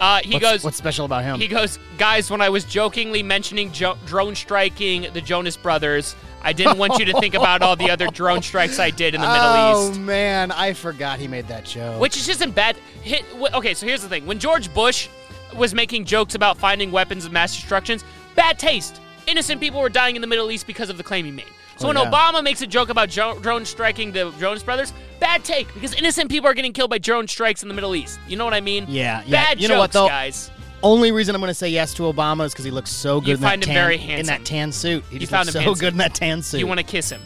[SPEAKER 3] Uh, he
[SPEAKER 2] what's,
[SPEAKER 3] goes,
[SPEAKER 2] What's special about him?
[SPEAKER 3] he goes, guys, when I was jokingly mentioning jo- drone striking the Jonas Brothers, I didn't want you to think about all the other drone strikes I did in the Middle East.
[SPEAKER 2] Oh, man. I forgot he made that joke.
[SPEAKER 3] which is just in bad. Hit, wh- okay, so here's the thing: when George Bush was making jokes about finding weapons of mass destructions, bad taste. Innocent people were dying in the Middle East because of the claim he made. So
[SPEAKER 2] Oh,
[SPEAKER 3] when
[SPEAKER 2] yeah.
[SPEAKER 3] Obama makes a joke about jo- drone striking the Jonas Brothers, bad take because innocent people are getting killed by drone strikes in the Middle East. You know what I mean?
[SPEAKER 2] Yeah, yeah.
[SPEAKER 3] Bad
[SPEAKER 2] You
[SPEAKER 3] jokes,
[SPEAKER 2] know what, though?
[SPEAKER 3] guys.
[SPEAKER 2] Only reason I'm going to say yes to Obama is because he looks so good
[SPEAKER 3] You
[SPEAKER 2] in that
[SPEAKER 3] find him
[SPEAKER 2] tan,
[SPEAKER 3] very
[SPEAKER 2] in
[SPEAKER 3] handsome.
[SPEAKER 2] that tan suit. He just
[SPEAKER 3] found
[SPEAKER 2] looks
[SPEAKER 3] him
[SPEAKER 2] so
[SPEAKER 3] handsome.
[SPEAKER 2] good in that tan suit.
[SPEAKER 3] You want to kiss him?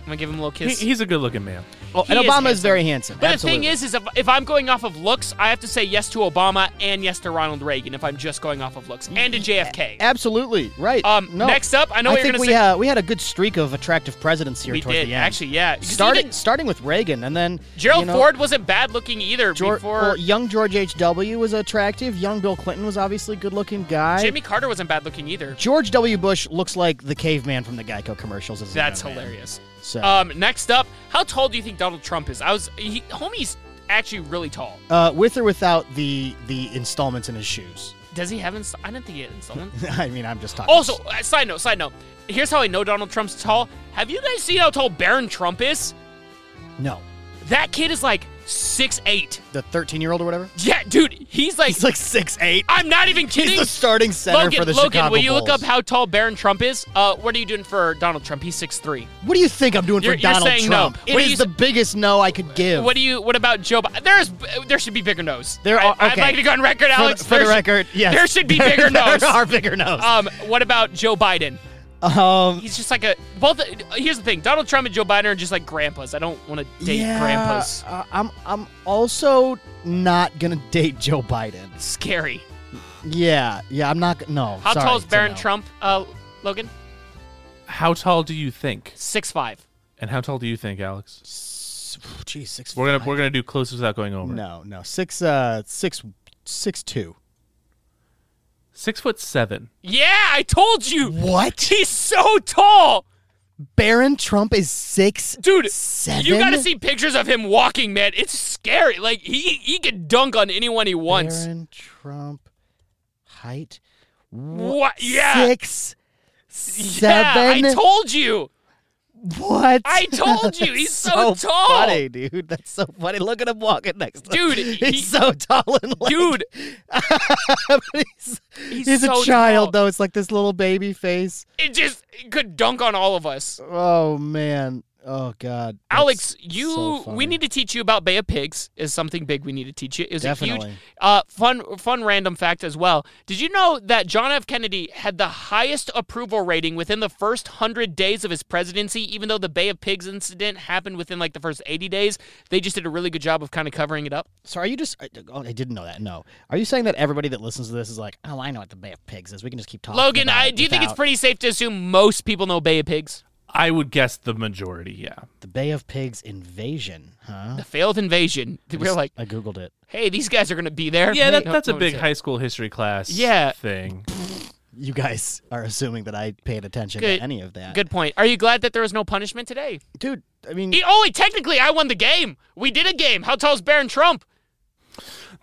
[SPEAKER 3] I'm gonna give him a little
[SPEAKER 4] He,
[SPEAKER 3] kiss.
[SPEAKER 4] he's a good-looking man.
[SPEAKER 2] Oh, and
[SPEAKER 3] He
[SPEAKER 2] Obama is
[SPEAKER 3] handsome.
[SPEAKER 2] very handsome.
[SPEAKER 3] But
[SPEAKER 2] absolutely.
[SPEAKER 3] the thing is, is if, if I'm going off of looks, I have to say yes to Obama and yes to Ronald Reagan if I'm just going off of looks, and to JFK.
[SPEAKER 2] absolutely right.
[SPEAKER 3] Um,
[SPEAKER 2] no.
[SPEAKER 3] next up, I know what you're
[SPEAKER 2] think
[SPEAKER 3] gonna
[SPEAKER 2] we
[SPEAKER 3] say-
[SPEAKER 2] Uh, we had a good streak of attractive presidents here
[SPEAKER 3] we
[SPEAKER 2] towards
[SPEAKER 3] did
[SPEAKER 2] the end.
[SPEAKER 3] actually, yeah. 'Cause
[SPEAKER 2] starting
[SPEAKER 3] even
[SPEAKER 2] starting with Reagan, and then
[SPEAKER 3] Gerald
[SPEAKER 2] you know,
[SPEAKER 3] Ford wasn't bad looking either
[SPEAKER 2] Geor-
[SPEAKER 3] before.
[SPEAKER 2] well, young George H. W. was attractive. Young Bill Clinton was obviously a good-looking guy.
[SPEAKER 3] Jimmy Carter wasn't bad looking either.
[SPEAKER 2] George W. Bush looks like the caveman from the Geico commercials. As a
[SPEAKER 3] That's
[SPEAKER 2] young man.
[SPEAKER 3] hilarious.
[SPEAKER 2] So,
[SPEAKER 3] Um, next up, how tall do you think Donald Trump is? I was, he, homie's actually really tall.
[SPEAKER 2] uh, with or without the the installments in his shoes.
[SPEAKER 3] Does he have? Inst- I didn't think he had installment.
[SPEAKER 2] I mean, I'm just talking.
[SPEAKER 3] also, uh, side note, side note. Here's how I know Donald Trump's tall. Have you guys seen how tall Barron Trump is?
[SPEAKER 2] no,
[SPEAKER 3] That kid is like six eight.
[SPEAKER 2] the 13 year old or whatever.
[SPEAKER 3] Yeah, dude, he's like.
[SPEAKER 2] He's like six eight.
[SPEAKER 3] I'm not even kidding.
[SPEAKER 2] He's the starting center
[SPEAKER 3] Logan,
[SPEAKER 2] for the
[SPEAKER 3] Logan,
[SPEAKER 2] Chicago
[SPEAKER 3] will you
[SPEAKER 2] Bulls.
[SPEAKER 3] look up how tall Barron Trump is? Uh, what are you doing for Donald Trump? He's six three.
[SPEAKER 2] What do you think I'm doing
[SPEAKER 3] You're-
[SPEAKER 2] for
[SPEAKER 3] you're
[SPEAKER 2] Donald
[SPEAKER 3] saying no.
[SPEAKER 2] Trump?
[SPEAKER 3] It
[SPEAKER 2] What
[SPEAKER 3] is-
[SPEAKER 2] is the biggest no I could give?
[SPEAKER 3] What do you? What about Joe? Bi- There's there should be bigger nose.
[SPEAKER 2] There
[SPEAKER 3] I-
[SPEAKER 2] are-
[SPEAKER 3] I'd
[SPEAKER 2] okay.
[SPEAKER 3] like to go on record,
[SPEAKER 2] for,
[SPEAKER 3] Alex.
[SPEAKER 2] the, for
[SPEAKER 3] there
[SPEAKER 2] the
[SPEAKER 3] should-
[SPEAKER 2] record, yes.
[SPEAKER 3] there should be
[SPEAKER 2] There-
[SPEAKER 3] bigger
[SPEAKER 2] there
[SPEAKER 3] nose.
[SPEAKER 2] are bigger nose.
[SPEAKER 3] Um, what about Joe Biden? Uh,
[SPEAKER 2] um,
[SPEAKER 3] He's just like a both. Here's the thing: Donald Trump and Joe Biden are just like grandpas. I don't want to date
[SPEAKER 2] yeah,
[SPEAKER 3] grandpas.
[SPEAKER 2] uh, I'm I'm also not gonna date Joe Biden.
[SPEAKER 3] Scary.
[SPEAKER 2] Yeah, yeah, I'm not. g- No.
[SPEAKER 3] How
[SPEAKER 2] sorry,
[SPEAKER 3] tall is
[SPEAKER 2] it's a
[SPEAKER 3] Barron
[SPEAKER 2] no.
[SPEAKER 3] Trump? Uh, Logan,
[SPEAKER 4] How tall do you think?
[SPEAKER 3] six five.
[SPEAKER 4] And how tall do you think, Alex?
[SPEAKER 2] S- Geez, six.
[SPEAKER 4] We're gonna we're gonna do closest without going over.
[SPEAKER 2] No, no, six, uh, six, six two.
[SPEAKER 4] Six foot seven.
[SPEAKER 3] Yeah, I told you.
[SPEAKER 2] What?
[SPEAKER 3] He's so tall,
[SPEAKER 2] Barron Trump is six.
[SPEAKER 3] dude.
[SPEAKER 2] seven.
[SPEAKER 3] You gotta see pictures of him walking, man. It's scary. Like he he could dunk on anyone he wants.
[SPEAKER 2] Barron Trump height.
[SPEAKER 3] What? Yeah.
[SPEAKER 2] Six. Seven.
[SPEAKER 3] Yeah, I told you.
[SPEAKER 2] what?
[SPEAKER 3] I told you, he's so
[SPEAKER 2] so,
[SPEAKER 3] tall.
[SPEAKER 2] Funny, dude. That's so funny. Look at him walking next to
[SPEAKER 3] Dude,
[SPEAKER 2] He's
[SPEAKER 3] he-
[SPEAKER 2] so tall and like,
[SPEAKER 3] Dude,
[SPEAKER 2] he's,
[SPEAKER 3] he's,
[SPEAKER 2] he's
[SPEAKER 3] so
[SPEAKER 2] a child
[SPEAKER 3] tall.
[SPEAKER 2] though. It's like this little baby face.
[SPEAKER 3] It just it could dunk on all of us.
[SPEAKER 2] Oh man. Oh god. That's
[SPEAKER 3] Alex, you
[SPEAKER 2] so
[SPEAKER 3] we
[SPEAKER 2] funny.
[SPEAKER 3] need to teach you about Bay of Pigs is something big we need to teach you. Is a huge
[SPEAKER 2] Definitely.
[SPEAKER 3] uh, fun fun random fact as well. Did you know that John F. Kennedy had the highest approval rating within the first hundred days of his presidency, even though the Bay of Pigs incident happened within like the first eighty days? They just did a really good job of kind of covering it up.
[SPEAKER 2] So are you just? I- Oh, I didn't know that. No. Are you saying that everybody that listens to this is like, oh, I know what the Bay of Pigs is. We can just keep talking.
[SPEAKER 3] Logan,
[SPEAKER 2] about
[SPEAKER 3] I,
[SPEAKER 2] it
[SPEAKER 3] do you think it's
[SPEAKER 2] Oh, without-
[SPEAKER 3] pretty safe to assume most people know Bay of Pigs?
[SPEAKER 4] I would guess the majority. Yeah.
[SPEAKER 2] the Bay of Pigs invasion? Huh.
[SPEAKER 3] The failed invasion. We're like,
[SPEAKER 2] I googled it.
[SPEAKER 3] hey, these guys are going to be there.
[SPEAKER 4] Yeah, that,
[SPEAKER 3] No-
[SPEAKER 4] that's a
[SPEAKER 3] no one
[SPEAKER 4] big
[SPEAKER 3] said.
[SPEAKER 4] high school history class.
[SPEAKER 3] Yeah.
[SPEAKER 4] Thing.
[SPEAKER 2] You guys are assuming that I paid attention
[SPEAKER 3] Good-
[SPEAKER 2] to any of that.
[SPEAKER 3] Good point. Are you glad that there was no punishment today?
[SPEAKER 2] dude. I mean,
[SPEAKER 3] E- oh, wait, technically, I won the game. We did a game. How tall is Baron Trump?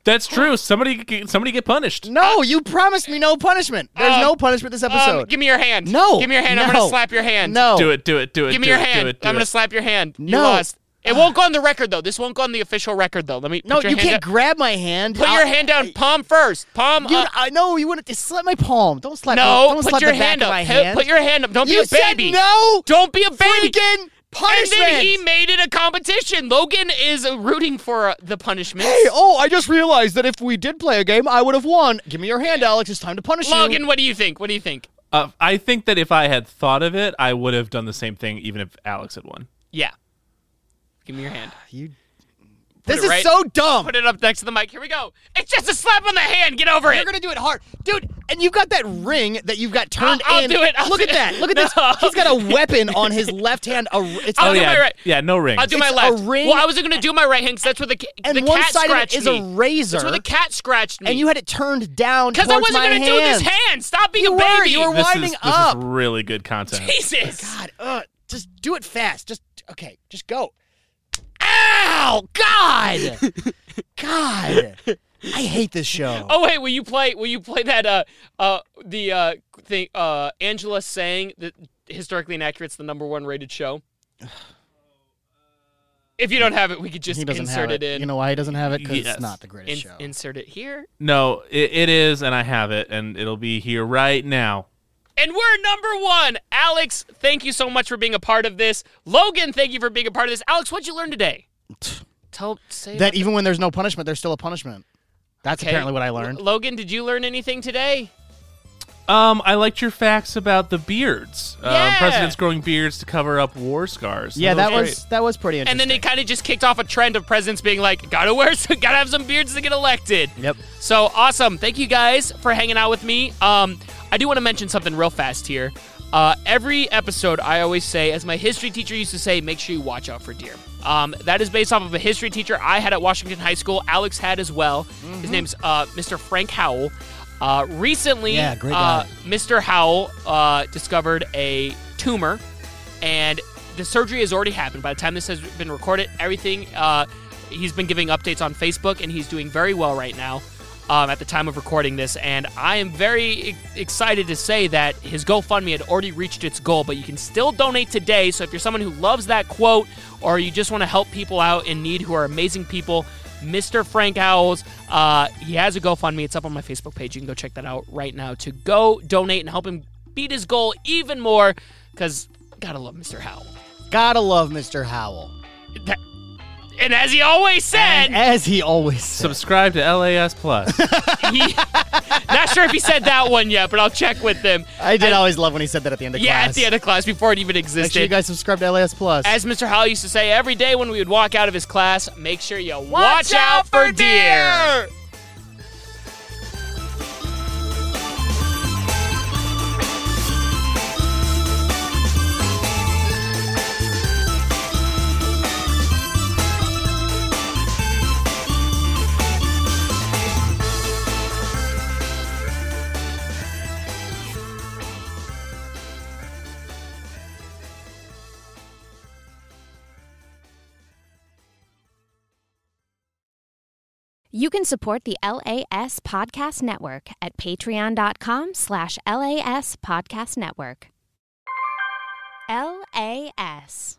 [SPEAKER 4] That's true. Somebody get, somebody get punished.
[SPEAKER 2] No, you promised me no punishment. There's
[SPEAKER 3] Um,
[SPEAKER 2] no punishment this
[SPEAKER 3] Um,
[SPEAKER 2] episode.
[SPEAKER 3] give me your hand.
[SPEAKER 2] No,
[SPEAKER 3] Give me your hand. I'm
[SPEAKER 2] no,
[SPEAKER 3] going to slap your hand.
[SPEAKER 2] no.
[SPEAKER 4] Do it. Do it. Do it.
[SPEAKER 3] Give me
[SPEAKER 4] do
[SPEAKER 3] your
[SPEAKER 4] it,
[SPEAKER 3] hand.
[SPEAKER 4] Do it, do
[SPEAKER 3] I'm going
[SPEAKER 4] it.
[SPEAKER 3] to slap your hand. You
[SPEAKER 2] No.
[SPEAKER 3] lost. It won't go on the record, though. This won't go on the official record, though. Let me.
[SPEAKER 2] No,
[SPEAKER 3] put your
[SPEAKER 2] you
[SPEAKER 3] hand
[SPEAKER 2] can't
[SPEAKER 3] down.
[SPEAKER 2] grab my hand.
[SPEAKER 3] Put
[SPEAKER 2] I'll-
[SPEAKER 3] your hand down. Palm first. Palm
[SPEAKER 2] You,
[SPEAKER 3] up.
[SPEAKER 2] I know you wouldn't just slap my palm. Don't slap.
[SPEAKER 3] No,
[SPEAKER 2] me. don't
[SPEAKER 3] put
[SPEAKER 2] slap
[SPEAKER 3] your
[SPEAKER 2] the back
[SPEAKER 3] hand
[SPEAKER 2] of
[SPEAKER 3] up.
[SPEAKER 2] my
[SPEAKER 3] He-
[SPEAKER 2] hand.
[SPEAKER 3] Put your hand up. Don't
[SPEAKER 2] You
[SPEAKER 3] be a baby.
[SPEAKER 2] Said no.
[SPEAKER 3] Don't be a baby.
[SPEAKER 2] Freaking
[SPEAKER 3] And
[SPEAKER 2] punishment.
[SPEAKER 3] then he made it a competition. Logan is uh, rooting for uh, the punishment.
[SPEAKER 2] Hey, oh, I just realized that if we did play a game, I would have won. Give me your hand, Alex. It's time to punish
[SPEAKER 3] Logan,
[SPEAKER 2] you.
[SPEAKER 3] what do you think? What do you think?
[SPEAKER 4] Uh, I think that if I had thought of it, I would have done the same thing, even if Alex had won.
[SPEAKER 3] Yeah. Give me your hand.
[SPEAKER 2] You. This
[SPEAKER 3] it
[SPEAKER 2] is
[SPEAKER 3] right-
[SPEAKER 2] so dumb.
[SPEAKER 3] Put it up next to the mic. Here we go. It's just a slap on the hand. Get over
[SPEAKER 2] You're
[SPEAKER 3] it.
[SPEAKER 2] gonna do it hard, dude. And you've got that ring that you've got turned
[SPEAKER 3] I'll- I'll
[SPEAKER 2] in.
[SPEAKER 3] do it. I'll
[SPEAKER 2] Look at
[SPEAKER 3] do it.
[SPEAKER 2] that. Look at this.
[SPEAKER 3] No.
[SPEAKER 2] He's got a weapon on his left hand. A, it's
[SPEAKER 3] I'll
[SPEAKER 4] oh
[SPEAKER 3] do
[SPEAKER 4] yeah,
[SPEAKER 3] my right.
[SPEAKER 4] yeah. No ring.
[SPEAKER 3] I'll do my
[SPEAKER 2] It's
[SPEAKER 3] left.
[SPEAKER 2] a ring-
[SPEAKER 3] Well, I wasn't gonna do my right hand because that's where the ca-
[SPEAKER 2] and
[SPEAKER 3] the
[SPEAKER 2] one
[SPEAKER 3] cat
[SPEAKER 2] side of it
[SPEAKER 3] scratched
[SPEAKER 2] is
[SPEAKER 3] me.
[SPEAKER 2] a razor.
[SPEAKER 3] That's where the cat scratched me.
[SPEAKER 2] and you had it turned down
[SPEAKER 3] because
[SPEAKER 2] towards
[SPEAKER 3] I
[SPEAKER 2] my
[SPEAKER 3] wasn't gonna
[SPEAKER 2] hand.
[SPEAKER 3] do this hand. Stop being
[SPEAKER 2] You
[SPEAKER 3] a
[SPEAKER 2] were,
[SPEAKER 3] baby.
[SPEAKER 2] you were
[SPEAKER 4] this is
[SPEAKER 2] winding
[SPEAKER 4] this
[SPEAKER 2] up.
[SPEAKER 4] is really good content.
[SPEAKER 3] Jesus.
[SPEAKER 2] God, uh, just do it fast. Just okay. Just go.
[SPEAKER 3] Ow! God.
[SPEAKER 2] God, I hate this show.
[SPEAKER 3] Oh wait, will you play? Will you play that? Uh, uh, the uh thing. Uh, Angela saying that historically inaccurate's the number one rated show. If you don't have it, we could just
[SPEAKER 2] he doesn't
[SPEAKER 3] insert
[SPEAKER 2] have it.
[SPEAKER 3] in.
[SPEAKER 2] You know why he doesn't have it? Because
[SPEAKER 4] Yes.
[SPEAKER 2] it's not the
[SPEAKER 3] In-
[SPEAKER 2] greatest show.
[SPEAKER 3] insert it here,
[SPEAKER 4] No, it, it is, and I have it, and it'll be here right now.
[SPEAKER 3] and we're number one. Alex, thank you so much for being a part of this. Logan, thank you for being a part of this. Alex, what'd you learn today? Tell say
[SPEAKER 2] that even when there's no punishment, there's still a punishment. That's
[SPEAKER 3] Okay.
[SPEAKER 2] apparently what I learned.
[SPEAKER 3] L- Logan, did you learn anything today?
[SPEAKER 4] Um, I liked your facts about the beards. Um,
[SPEAKER 3] Yeah.
[SPEAKER 4] presidents growing beards to cover up war scars.
[SPEAKER 2] yeah, that
[SPEAKER 4] great.
[SPEAKER 2] was that was pretty
[SPEAKER 3] And
[SPEAKER 2] interesting.
[SPEAKER 3] then it kind of just kicked off a trend of presidents being like, gotta wear, some, gotta have some beards to get elected.
[SPEAKER 2] Yep.
[SPEAKER 3] So awesome! Thank you guys for hanging out with me. Um, I do want to mention something real fast here. Uh, every episode, I always say, as my history teacher used to say, make sure you watch out for deer. Um, that is based off of a history teacher I had at Washington High School. Alex had as well.
[SPEAKER 2] Mm-hmm.
[SPEAKER 3] His name's uh, Mr. Frank Howell. Uh, recently,
[SPEAKER 2] Yeah, great
[SPEAKER 3] uh,
[SPEAKER 2] guy.
[SPEAKER 3] Mr. Howell uh, discovered a tumor, and the surgery has already happened. By the time this has been recorded, everything uh, he's been giving updates on Facebook, and he's doing very well right now. Um, at the time of recording this, and I am very ex- excited to say that his GoFundMe had already reached its goal, but you can still donate today. So if you're someone who loves that quote, or you just want to help people out in need who are amazing people, Mr. Frank Owls. Uh, he has a GoFundMe. It's up on my Facebook page. You can go check that out right now to go donate and help him beat his goal even more because gotta love Mr. Howell.
[SPEAKER 2] Gotta love Mr. Howell.
[SPEAKER 3] That- and as he always
[SPEAKER 2] And
[SPEAKER 3] said,
[SPEAKER 2] as he always said,
[SPEAKER 4] Subscribe to LAS Plus.
[SPEAKER 3] he, not sure if he said that one yet, but I'll check with him.
[SPEAKER 2] I did always love when he said that at the end of
[SPEAKER 3] Yeah,
[SPEAKER 2] class.
[SPEAKER 3] at the end of class before it even
[SPEAKER 2] Make sure you
[SPEAKER 3] existed.
[SPEAKER 2] guys subscribe to LAS Plus.
[SPEAKER 3] as Mr. Howell used to say every day when we would walk out of his class, make sure you watch, out, for deer.
[SPEAKER 1] You can support the LAS Podcast Network at patreon.com slash LAS Podcast Network. LAS.